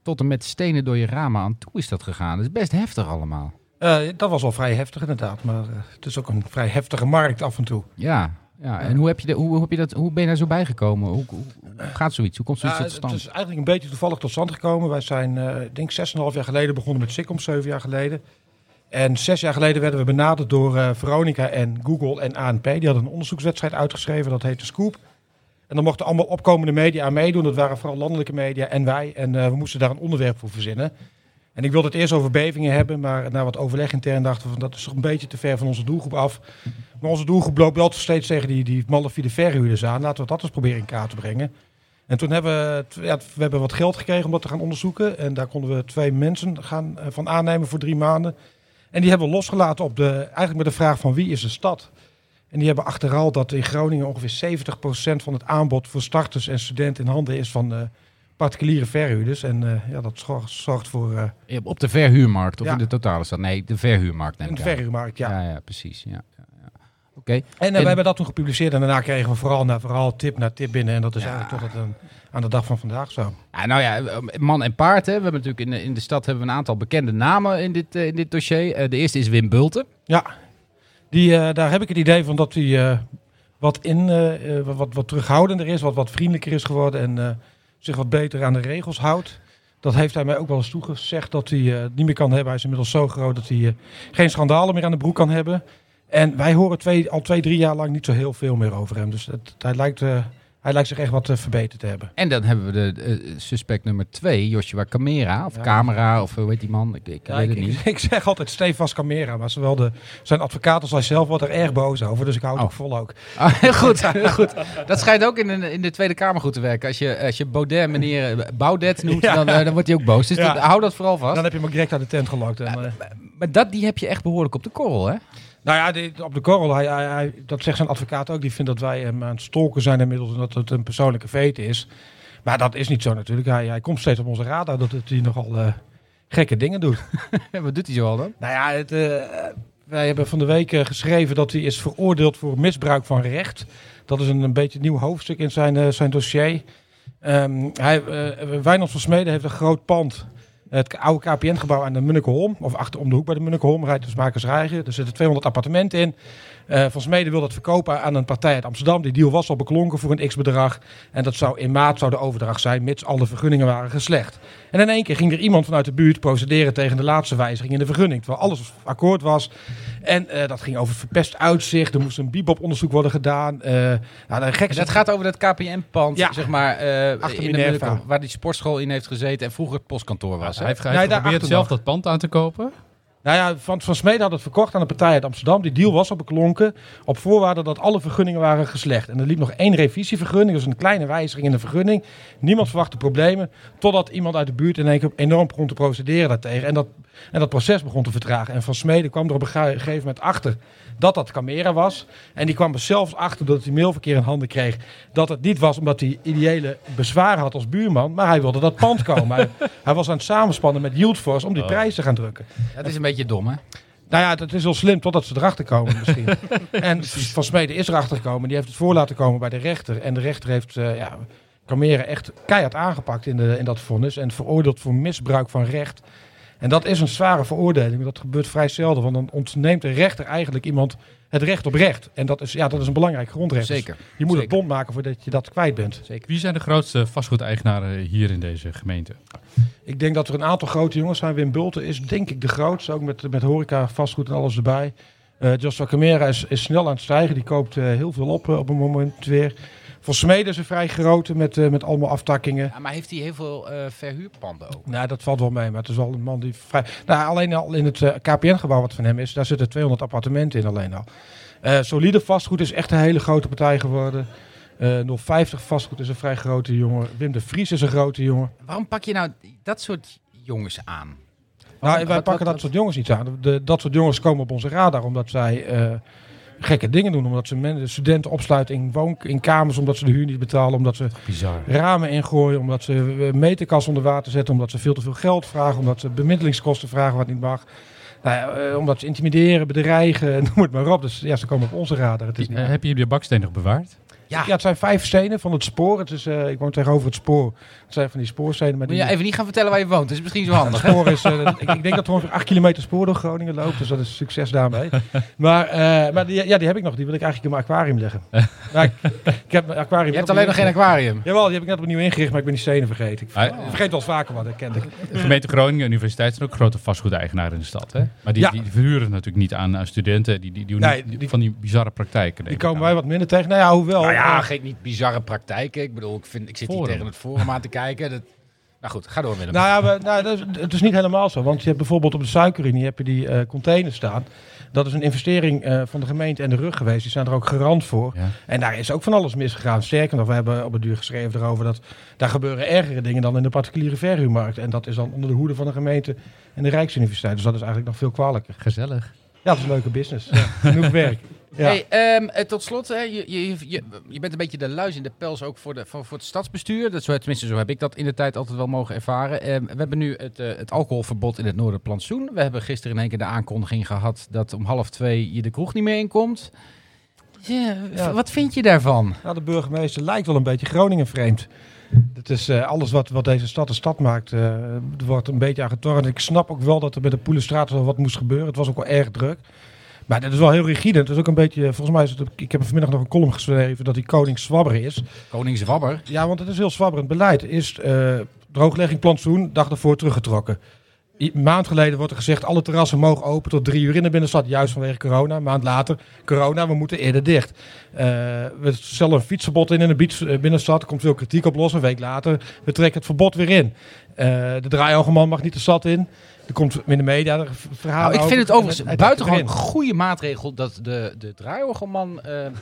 A: tot en met stenen door je ramen aan toe is dat gegaan. Dat is best heftig allemaal.
G: Eh, dat was wel vrij heftig inderdaad, maar eh, het is ook een vrij heftige markt af en toe.
A: Ja. ja. En hoe, heb je de, hoe, hoe heb je dat, hoe ben je daar zo bijgekomen? Hoe, hoe, hoe gaat zoiets? Hoe komt zoiets
G: Ja,
A: tot stand?
G: Het is eigenlijk een beetje toevallig tot stand gekomen. Wij zijn, eh, ik denk, 6,5 jaar geleden begonnen met Sikkom, 7 jaar geleden. En zes jaar geleden werden we benaderd door eh, Veronica en Google en ANP. Die hadden een onderzoekswedstrijd uitgeschreven, dat heette Scoop. En dan mochten allemaal opkomende media aan meedoen. Dat waren vooral landelijke media en wij. En eh, we moesten daar een onderwerp voor verzinnen. En ik wilde het eerst over bevingen hebben, maar na wat overleg intern dachten we van dat is toch een beetje te ver van onze doelgroep af. Maar onze doelgroep loopt wel steeds tegen die, die malafide verhuurders aan. Laten we dat eens proberen in kaart te brengen. En toen hebben we, het- ja, we hebben wat geld gekregen om dat te gaan onderzoeken. En daar konden we twee mensen gaan, eh, van aannemen voor drie maanden. En die hebben we losgelaten op de, eigenlijk met de vraag van wie is de stad? En die hebben achterhaald dat in Groningen ongeveer 70% van het aanbod voor starters en studenten in handen is van eh, particuliere verhuurders. En eh, ja, dat zorgt, zorgt voor eh,
A: Ja, Op de verhuurmarkt of
G: Ja.
A: in de totale stad? Nee, de verhuurmarkt neem
G: een
A: ik aan.
G: verhuurmarkt. Ja.
A: ja. ja, precies. Ja, ja, ja. Oké.
G: En eh,
A: En-
G: we hebben dat toen gepubliceerd en daarna kregen we vooral na vooral tip na tip binnen. En dat is eigenlijk tot het, eh, aan de dag van vandaag zo.
A: Ja, nou ja, man en paard. Hè. We hebben natuurlijk in de, in de stad hebben we een aantal bekende namen in dit, eh, in dit dossier. Eh, de eerste is Wim Bulten.
G: Ja, die, eh, daar heb ik het idee van dat hij eh, wat, in, eh, eh, wat, wat terughoudender is, wat, wat vriendelijker is geworden en eh, zich wat beter aan de regels houdt. Dat heeft hij mij ook wel eens toegezegd dat hij eh, het niet meer kan hebben. Hij is inmiddels zo groot dat hij eh, geen schandalen meer aan de broek kan hebben. En wij horen twee, al twee, drie jaar lang niet zo heel veel meer over hem. Dus het, hij, lijkt, eh, hij lijkt zich echt wat eh, verbeterd te hebben.
A: En dan hebben we de eh, suspect nummer twee, Joshua Camera. Of
G: Ja.
A: Camera, of eh, hoe heet die man? Ik, ik weet het
G: ik,
A: niet.
G: ik zeg altijd Stefan Camera, maar zowel de, zijn advocaat als hij zelf wordt er erg boos over. Dus ik hou het
A: Oh.
G: ook vol ook.
A: Ah, heel goed, heel goed. Dat schijnt ook in de, in de Tweede Kamer goed te werken. Als je, als je Baudet meneer eh, Baudet noemt, dan, eh, dan wordt hij ook boos. Dus
G: Ja.
A: dat- hou dat vooral vast.
G: Dan heb je hem ook direct uit de tent gelokt. En, eh,
A: Maar dat, die heb je echt behoorlijk op de korrel, hè?
G: Nou ja, die- op de korrel, hij, hij, hij- dat zegt zijn advocaat ook. Die vindt dat wij hem aan het stalken zijn inmiddels en dat het een persoonlijke veet is. Maar dat is niet zo natuurlijk. Hij, hij komt steeds op onze radar dat het- hij nogal eh, gekke dingen doet.
A: Wat doet hij zoal dan?
G: nou ja, het, eh, wij hebben van de week eh, geschreven dat hij is veroordeeld voor misbruik van recht. Dat is een, een beetje nieuw hoofdstuk in zijn, eh, zijn dossier. Ehm hij, eh, Wijnand van Smeden heeft een groot pand. Het oude KPN-gebouw aan de Munnekeholm. Of achter om de hoek bij de Munnekeholm rijdt dus Makers Rijgen. Er zitten 200 appartementen in. Eh, van Smeden wil dat verkopen aan een partij uit Amsterdam. Die deal was al beklonken voor een x-bedrag. En dat zou in maart zou de overdracht zijn, mits alle vergunningen waren geslecht. En in één keer ging er iemand vanuit de buurt procederen tegen de laatste wijziging in de vergunning. Terwijl alles akkoord was. En eh, dat ging over het verpest uitzicht. Er moest een bibop-onderzoek worden gedaan. Eh nou, de gekste-
A: Dat gaat over dat KPN-pand,
G: Ja.
A: zeg maar, eh,
G: Achter
A: in de
G: Minerva.
A: Munnekom, waar die sportschool in heeft gezeten en vroeger het postkantoor was. hè?
B: Hij heeft, hij
G: Nee,
B: heeft
G: daar
B: geprobeerd
G: achter
B: zelf
G: nog.
B: dat pand aan te kopen.
G: Nou ja, Van, van Smeden had het verkocht aan een partij uit Amsterdam. Die deal was al beklonken. Op voorwaarde dat alle vergunningen waren geslecht. En er liep nog één revisievergunning. Dus een kleine wijziging in de vergunning. Niemand verwachtte problemen. Totdat iemand uit de buurt in één keer enorm begon te procederen daartegen. En dat, en dat proces begon te vertragen. En Van Smeden kwam er op een ge- gegeven moment achter dat dat Camera was. En die kwam er zelfs achter doordat hij mailverkeer in handen kreeg. Dat het niet was omdat hij ideële bezwaren had als buurman. Maar hij wilde dat pand komen. hij, hij was aan het samenspannen met Yieldforce om die prijs te gaan drukken.
A: Dat is een beetje dom, hè?
G: Nou ja, dat is wel slim totdat ze erachter komen misschien. en Van Smeden is erachter gekomen. Die heeft het voor laten komen bij de rechter. En de rechter heeft eh ja, Camera echt keihard aangepakt in, de, in dat vonnis. En veroordeeld voor misbruik van recht. En dat is een zware veroordeling. Dat gebeurt vrij zelden. Want dan ontneemt de rechter eigenlijk iemand het recht op recht. En dat is, ja, dat is een belangrijk grondrecht. Dus
A: Zeker.
G: je moet het
A: Zeker.
G: bond maken voordat je dat kwijt bent.
B: Wie zijn de grootste vastgoedeigenaren hier in deze gemeente?
G: Ik denk dat er een aantal grote jongens zijn. Wim Bulten is denk ik de grootste, ook met, met horeca, vastgoed en alles erbij. Eh Joshua Camera is, is snel aan het stijgen. Die koopt eh, heel veel op eh, op een moment weer. Van Smeden is een vrij grote met, eh, met allemaal aftakkingen.
A: Ja, maar heeft hij heel veel eh, verhuurpanden ook?
G: Nou, dat valt wel mee, maar het is wel een man die vrij... Nou, alleen al in het KPN-gebouw wat van hem is, daar zitten 200 appartementen in alleen al. Eh, solide vastgoed is echt een hele grote partij geworden. Eh 050 vastgoed is een vrij grote jongen. Wim de Vries is een grote jongen.
A: Waarom pak je nou dat soort jongens aan?
G: Nou, wij
A: wat-
G: pakken
A: wat-
G: dat
A: wat-
G: soort jongens niet aan. De, dat soort jongens komen op onze radar omdat zij eh, gekke dingen doen. Omdat ze men, studenten opsluiten in, woon, in kamers omdat ze de huur niet betalen. Omdat ze
A: Bizar.
G: ramen ingooien. Omdat ze eh, meterkast onder water zetten. Omdat ze veel te veel geld vragen. Omdat ze bemiddelingskosten vragen wat niet mag. Nou ja, eh, omdat ze intimideren, bedreigen, noem het maar op. Dus ja, ze komen op onze radar. Het is niet
B: Eh, heb je die baksteen nog bewaard?
A: Ja.
G: ja, het zijn vijf stenen van het spoor. Het is, eh, ik woon tegenover het spoor. Het zijn van die spoorstenen. Maar
A: Moet
G: die,
A: je even niet gaan vertellen waar je woont. Dat is misschien zo handig.
G: het spoor is, eh, ik, ik denk dat er ongeveer 8 kilometer spoor door Groningen loopt. Dus dat is succes daarmee. Maar, eh, maar die, ja, die heb ik nog. Die wil ik eigenlijk in mijn aquarium leggen. Nou, ik, ik heb mijn aquarium
A: Je hebt
G: net
A: alleen nog
G: opnieuw
A: geen aquarium.
G: ingericht. Jawel, die heb ik net opnieuw ingericht, maar ik ben die stenen vergeten. Ik ver-
B: Ah,
G: ik vergeet wel eens vaker wat, dat kende ik.
B: De gemeente Groningen Universiteit zijn ook grote vastgoedeigenaren in de stad. Hè? Maar die,
G: Ja.
B: die verhuren natuurlijk niet aan, aan studenten. Die, die, die doen
G: Nee,
B: niet- die-
G: die-
B: van die bizarre praktijken.
G: Die komen wij wat minder tegen. Nou ja, hoewel.
A: Nou ja,
G: eh,
A: geef niet bizarre praktijken. Ik bedoel, ik, vind, ik zit
B: Forum.
A: hier tegen het forum aan te kijken. Dat... Nou goed, ga door Willem.
G: Nou ja, we, nou, dat is, het is niet helemaal zo. Want je hebt bijvoorbeeld op de suikerunie heb je die eh containers staan. Dat is een investering eh, van de gemeente en de rug geweest. Die zijn er ook garant voor.
B: Ja.
G: En daar is ook van alles misgegaan. Sterker nog, we hebben op het duur geschreven erover dat daar gebeuren ergere dingen dan in de particuliere verhuurmarkt. En dat is dan onder de hoede van de gemeente en de Rijksuniversiteit. Dus dat is eigenlijk nog veel kwalijker.
B: Gezellig.
G: Ja, dat is een leuke business. Ja, genoeg werk. Ja.
A: Hey, ehm, eh, tot slot, hè, je, je, je, je bent een beetje de luis in de pels ook voor, de, voor, voor het stadsbestuur. Dat, zo, tenminste, zo heb ik dat in de tijd altijd wel mogen ervaren. Ehm, we hebben nu het, eh, het alcoholverbod in het Noorderplantsoen. We hebben gisteren in één keer de aankondiging gehad dat om half twee je de kroeg niet meer inkomt. Ja, v-
G: Ja.
A: Wat vind je daarvan?
G: Nou, de burgemeester lijkt wel een beetje Groningen vreemd. Het is eh, alles wat, wat deze stad een stad maakt, eh, er wordt een beetje aan getornd. Ik snap ook wel dat er bij de Poelenstraat wel wat moest gebeuren. Het was ook wel erg druk. Maar dat is wel heel rigide. Het is ook een beetje, volgens mij is het, ik heb vanmiddag nog een column geschreven dat die koning zwabber is.
A: Koningswabber.
G: Ja, want het is heel zwabberend beleid. Eerst eh, drooglegging, plantsoen, dag ervoor teruggetrokken. I- maand geleden wordt er gezegd, alle terrassen mogen open tot drie uur in de binnenstad. Juist vanwege corona. Een maand later, corona, we moeten eerder dicht. Eh, we stellen een fietsenbod in in de biets- eh, binnenstad. Er komt veel kritiek op los. Een week later, we trekken het verbod weer in. Eh, de draaialgeman mag niet de stad in. Er komt in de media er v- verhalen
A: Nou, ik vind het
G: over.
A: overigens
G: En
A: een
G: hij trekt
A: buitengewan
G: erin.
A: goede maatregel dat de, de draaiorgelman... eh,
G: Nou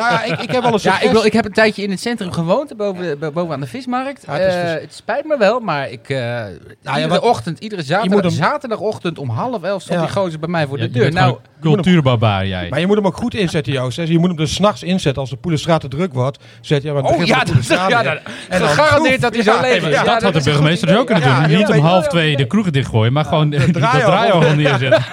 G: ja, ik, ik heb wel een
A: ja, ik,
G: suggestie.
A: wil, ik heb een tijdje in het centrum gewoond, boven, bo- boven aan de vismarkt.
G: Ja, het is
A: Eh,
G: vers-
A: het spijt me wel, maar ik, eh iedere
G: wat-
A: ochtend, iedere zaterdag,
G: moet hem-
A: zaterdagochtend om half elf stond
G: Ja.
A: die gozer bij mij voor
B: Ja,
A: de
B: je
A: deur.
B: bent
A: Nou,
B: gewoon een cultuurbarbaar jij.
G: Maar je moet hem ook goed inzetten, Joost. hè. Je moet hem dus s'nachts inzetten. Als de Poelenstraat te druk wordt, zet je hem aan het
A: oh
G: begin
A: ja,
G: van de
A: dat,
G: Poelenstraat
A: ja,
G: neer.
A: dat,
G: En dan
A: gegarandeerd
G: groef.
A: dat hij
G: Ja,
A: zo
G: nee,
A: leeft.
G: maar
A: Ja,
B: dat had de
A: is een
B: burgemeester
A: goed
B: dus ook kunnen
A: idee.
B: doen.
A: Ja,
B: niet
A: ja,
B: om
A: ja,
B: half
A: ja,
B: twee
A: ja.
B: de kroegen dichtgooien, maar gewoon de, de
G: draaiorgel.
B: draaiorgel neerzetten.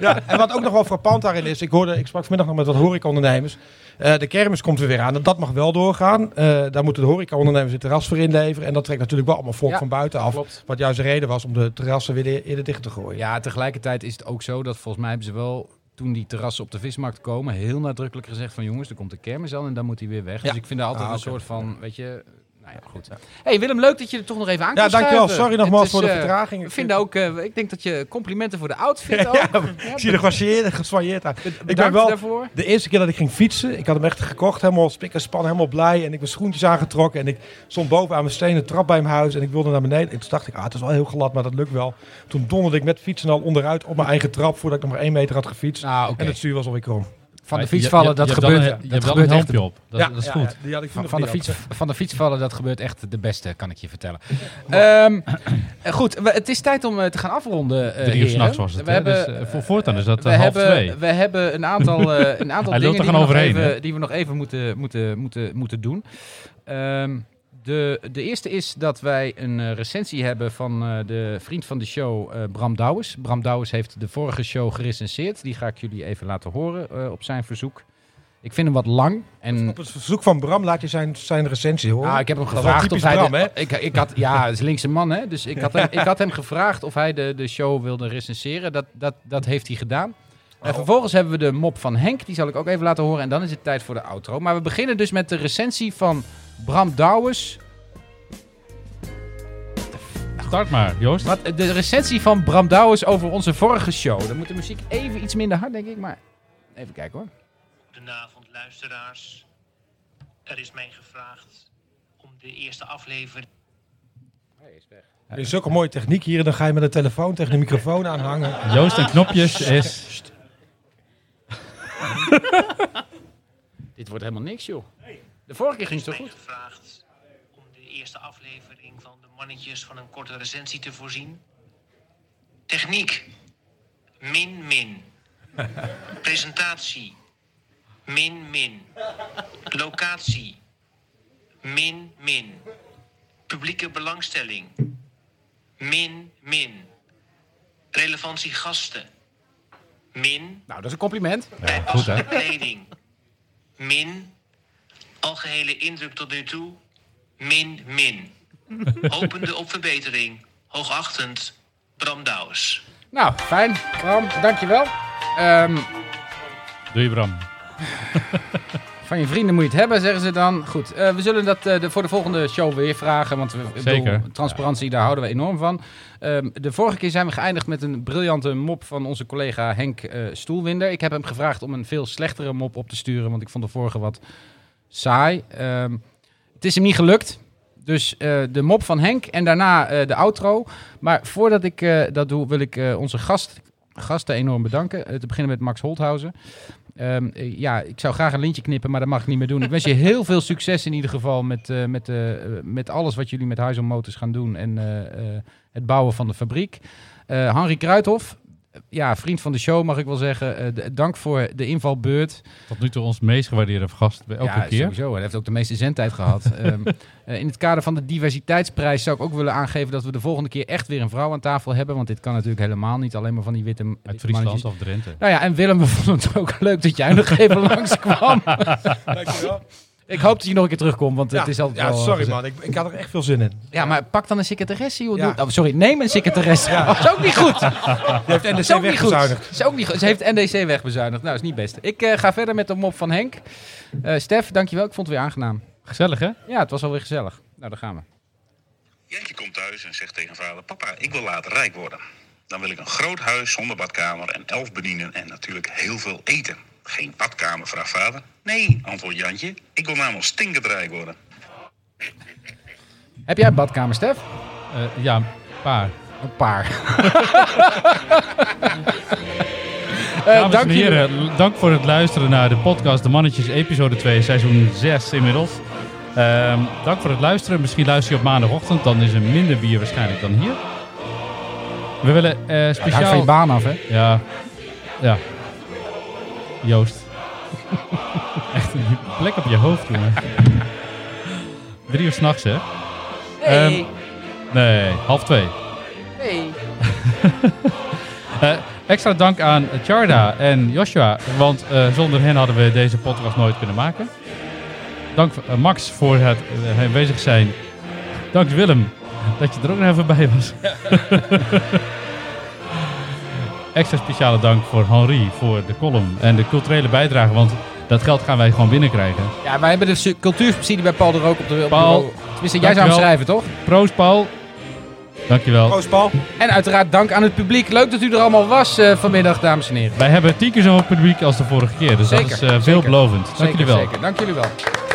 G: Ja, en wat ook nog wel frappant daarin is, ik, hoorde, ik sprak vanmiddag nog met wat horecaondernemers. Eh de kermis komt er weer aan en dat mag wel doorgaan. Eh, daar moeten de horecaondernemers het terras voor inleveren. En dat trekt natuurlijk wel allemaal volk
A: Ja,
G: van buiten af.
A: klopt.
G: Wat juist de reden was om de terrassen weer e- eerder dicht te gooien.
A: Ja, tegelijkertijd is het ook zo dat volgens mij hebben ze wel toen die terrassen op de vismarkt komen, heel nadrukkelijk gezegd van jongens, er komt de kermis aan en dan moet hij weer weg.
G: Ja.
A: Dus ik vind er altijd
G: Ah,
A: een
G: oké.
A: soort van, weet je, nou, Nou ja, goed. Hey Willem, leuk dat je er toch nog even aan
G: Ja,
A: kon
G: dankjewel.
A: schuiven.
G: Sorry nogmaals
A: Het is,
G: voor de
A: eh,
G: vertraging.
A: We vinden ook, eh, ik denk dat je complimenten voor de outfit ook. Ja,
G: Ik zie er gesoigneerd- gesoigneerd uit.
A: bedankt
G: Ik ben wel
A: daarvoor.
G: de eerste keer dat ik ging fietsen. Ik had hem echt gekocht, helemaal spik en span, helemaal blij. En ik mijn schoentjes aangetrokken. En ik stond boven aan mijn stenen trap bij mijn huis. En ik wilde naar beneden. En toen dacht ik, ah, het is wel heel glad, maar dat lukt wel. Toen donderde ik met fietsen al onderuit op mijn eigen trap. Voordat ik nog maar één meter had gefietst.
A: Nou, oké.
G: En het stuur was alweer krom.
A: Van de
B: Maar
A: fiets
B: je-
A: vallen,
B: je-
A: dat
B: je hebt wel
A: gebeurt.
B: een-
A: dat
B: Je hebt wel een
A: gebeurt echt-
B: helmpje op. Dat, dat is goed.
G: die had ik
A: Van,
G: toen nog
A: van, de
G: niet
A: fiets,
G: gehad.
A: van de fiets vallen, dat gebeurt echt de beste, kan ik je vertellen. Ehm, eh, goed, we- het is tijd om eh, te gaan afronden. eh,
B: Drie uur
A: heren.
B: s'nachts was het.
A: We
B: hè?
A: hebben,
B: Dus, eh, voor voortaan is dat
A: we
B: eh, half
A: hebben,
B: twee.
A: We hebben een aantal, eh, een aantal dingen
B: Hij loopt
A: die
B: er
A: we,
B: gewoon
A: nog
B: overheen,
A: even,
B: hè?
A: die we nog even moeten, moeten, moeten, moeten doen. Ehm, de, de eerste is dat wij een eh, recensie hebben van eh, de vriend van de show, eh, Bram Douwes. Bram Douwes heeft de vorige show gerecenseerd. Die ga ik jullie even laten horen eh, op zijn verzoek. Ik vind hem wat lang. En
G: Op het verzoek van Bram laat je zijn, zijn recensie horen.
A: Ah, ik heb hem
G: was
A: gevraagd of
G: typisch
A: hij.
G: Bram,
A: de- ik, ik had, ja, het is linkse man, hè? Dus ik had hem, ik had hem gevraagd of hij de, de show wilde recenseren. Dat, dat, dat heeft hij gedaan. En Eh, vervolgens hebben we de mop van Henk. Die zal ik ook even laten horen. En dan is het tijd voor de outro. Maar we beginnen dus met de recensie van Bram Douwes.
B: Start maar, Joost.
A: Wat, de recensie van Bram Douwes over onze vorige show. Dan moet de muziek even iets minder hard, denk ik. Maar even kijken hoor.
I: Goedenavond, luisteraars. Er is mij gevraagd om de eerste aflevering.
G: Er is zulke mooie techniek hier. En dan ga je met de telefoon tegen de microfoon aanhangen.
B: Joost en knopjes is...
A: Dit wordt helemaal niks, joh. De vorige keer ging het
I: Er
A: zo
I: is mij
A: goed.
I: gevraagd om de eerste aflevering van de mannetjes van een korte recensie te voorzien. Techniek. Min min. Presentatie. Min min. Locatie. Min min. Publieke belangstelling. Min min. Relevantie gasten. Min
A: Nou, dat is een compliment.
I: bij
B: goed, hè?
I: passende kleding. Min. Algehele indruk tot nu toe. Min, min. Hopende op verbetering. Hoogachtend. Bram Douwes.
A: Nou, fijn. Bram, dankjewel. Ehm
B: Doe je Bram.
A: Van je vrienden moet je het hebben, zeggen ze dan. Goed, eh, we zullen dat eh, de, voor de volgende show weer vragen. Want we, ik bedoel,
B: Zeker.
A: transparantie, daar houden we enorm van. Ehm, de vorige keer zijn we geëindigd met een briljante mop van onze collega Henk eh, Stoelwinder. Ik heb hem gevraagd om een veel slechtere mop op te sturen. Want ik vond de vorige wat saai. Ehm, het is hem niet gelukt. Dus eh, de mop van Henk en daarna eh, de outro. Maar voordat ik eh, dat doe, wil ik eh, onze gast, gasten enorm bedanken. Eh, te beginnen met Max Holthausen. Ehm, eh, ja, ik zou graag een lintje knippen, maar dat mag ik niet meer doen. Ik wens je heel veel succes in ieder geval met, eh, met, eh, eh, met alles wat jullie met Huis Motors gaan doen. En eh, eh, het bouwen van de fabriek. Eh Henry Kruithof, eh, ja, vriend van de show mag ik wel zeggen. Eh, d- dank voor de invalbeurt.
B: Tot nu toe ons meest gewaardeerde gast bij elke
A: ja,
B: keer.
A: sowieso. Hij heeft ook de meeste zendtijd gehad. Ehm, eh, in het kader van de diversiteitsprijs zou ik ook willen aangeven dat we de volgende keer echt weer een vrouw aan tafel hebben. Want dit kan natuurlijk helemaal niet alleen maar van die witte,
B: Uit
A: witte mannetjes.
B: Friesland of Drenthe.
A: Nou ja, en Willem, we vonden het ook leuk dat jij nog even langskwam.
G: Dankjewel.
A: Ik hoop dat je nog een keer terugkomt, want het is altijd
G: ja,
A: wel... eh,
G: sorry
A: gezellig.
G: man. Ik, ik had er echt veel zin in.
A: Ja, maar pak dan een secretaresse, joh.
G: Ja.
A: Doe- Oh, sorry, neem een secretaresse. Dat is ook niet goed. Dat
G: Je hebt NDC
A: is ook niet goed.
G: weggezuinigd.
A: Dat is ook niet goed. Ze heeft NDC wegbezuinigd. Nou, is niet best. Ik eh, ga verder met de mop van Henk. Eh Stef, dankjewel. Ik vond het weer aangenaam.
B: Gezellig, hè?
A: Ja, het was alweer gezellig. Nou, daar gaan we.
H: Jantje komt thuis en zegt tegen vader: Papa, ik wil later rijk worden. Dan wil ik een groot huis zonder badkamer en elf bedienden en natuurlijk heel veel eten. Geen badkamer, vraagt vader. Nee, antwoordt Jantje. Ik wil namelijk stinkend rijk worden.
A: Heb jij een badkamer, Stef?
B: Eh, ja, een paar.
A: Een paar. Eh,
B: Dames en
A: dank jullie.
B: heren, dank voor het luisteren naar de podcast De Mannetjes, episode 2, seizoen 6 inmiddels. Ehm, dank voor het luisteren. Misschien luister je op maandagochtend, dan is er minder bier waarschijnlijk dan hier. We willen eh,
A: Het hangt van je
B: speciaal...
A: baan af, hè?
B: Ja, ja. Joost. Echt een plek op je hoofd, jongen. Drie uur s'nachts, hè? Nee. nee, half twee. Eh, extra dank aan Charda en Joshua, want eh, zonder hen hadden we deze podcast nooit kunnen maken. Dank eh, Max voor het eh, aanwezig zijn. Dank Willem dat je er ook nog even bij was. extra speciale dank voor Henri voor de column en de culturele bijdrage, want dat geld gaan wij gewoon binnenkrijgen.
A: Ja, wij hebben de su- cultuursubsidie bij Paul de Rook op de... op de-
B: Paul,
A: op Tenminste, jij zou hem
B: Dankjewel.
A: schrijven, toch?
B: Proost, Paul. Dankjewel.
G: Proost, Paul.
A: En uiteraard dank aan het publiek. Leuk dat u er allemaal was eh, vanmiddag, dames en heren.
B: Wij hebben tien keer zoveel publiek als de vorige keer. Dus
A: Zeker,
B: dat is eh,
A: zeker.
B: veelbelovend. Dank jullie wel.
A: Zeker, zeker. Dank jullie wel.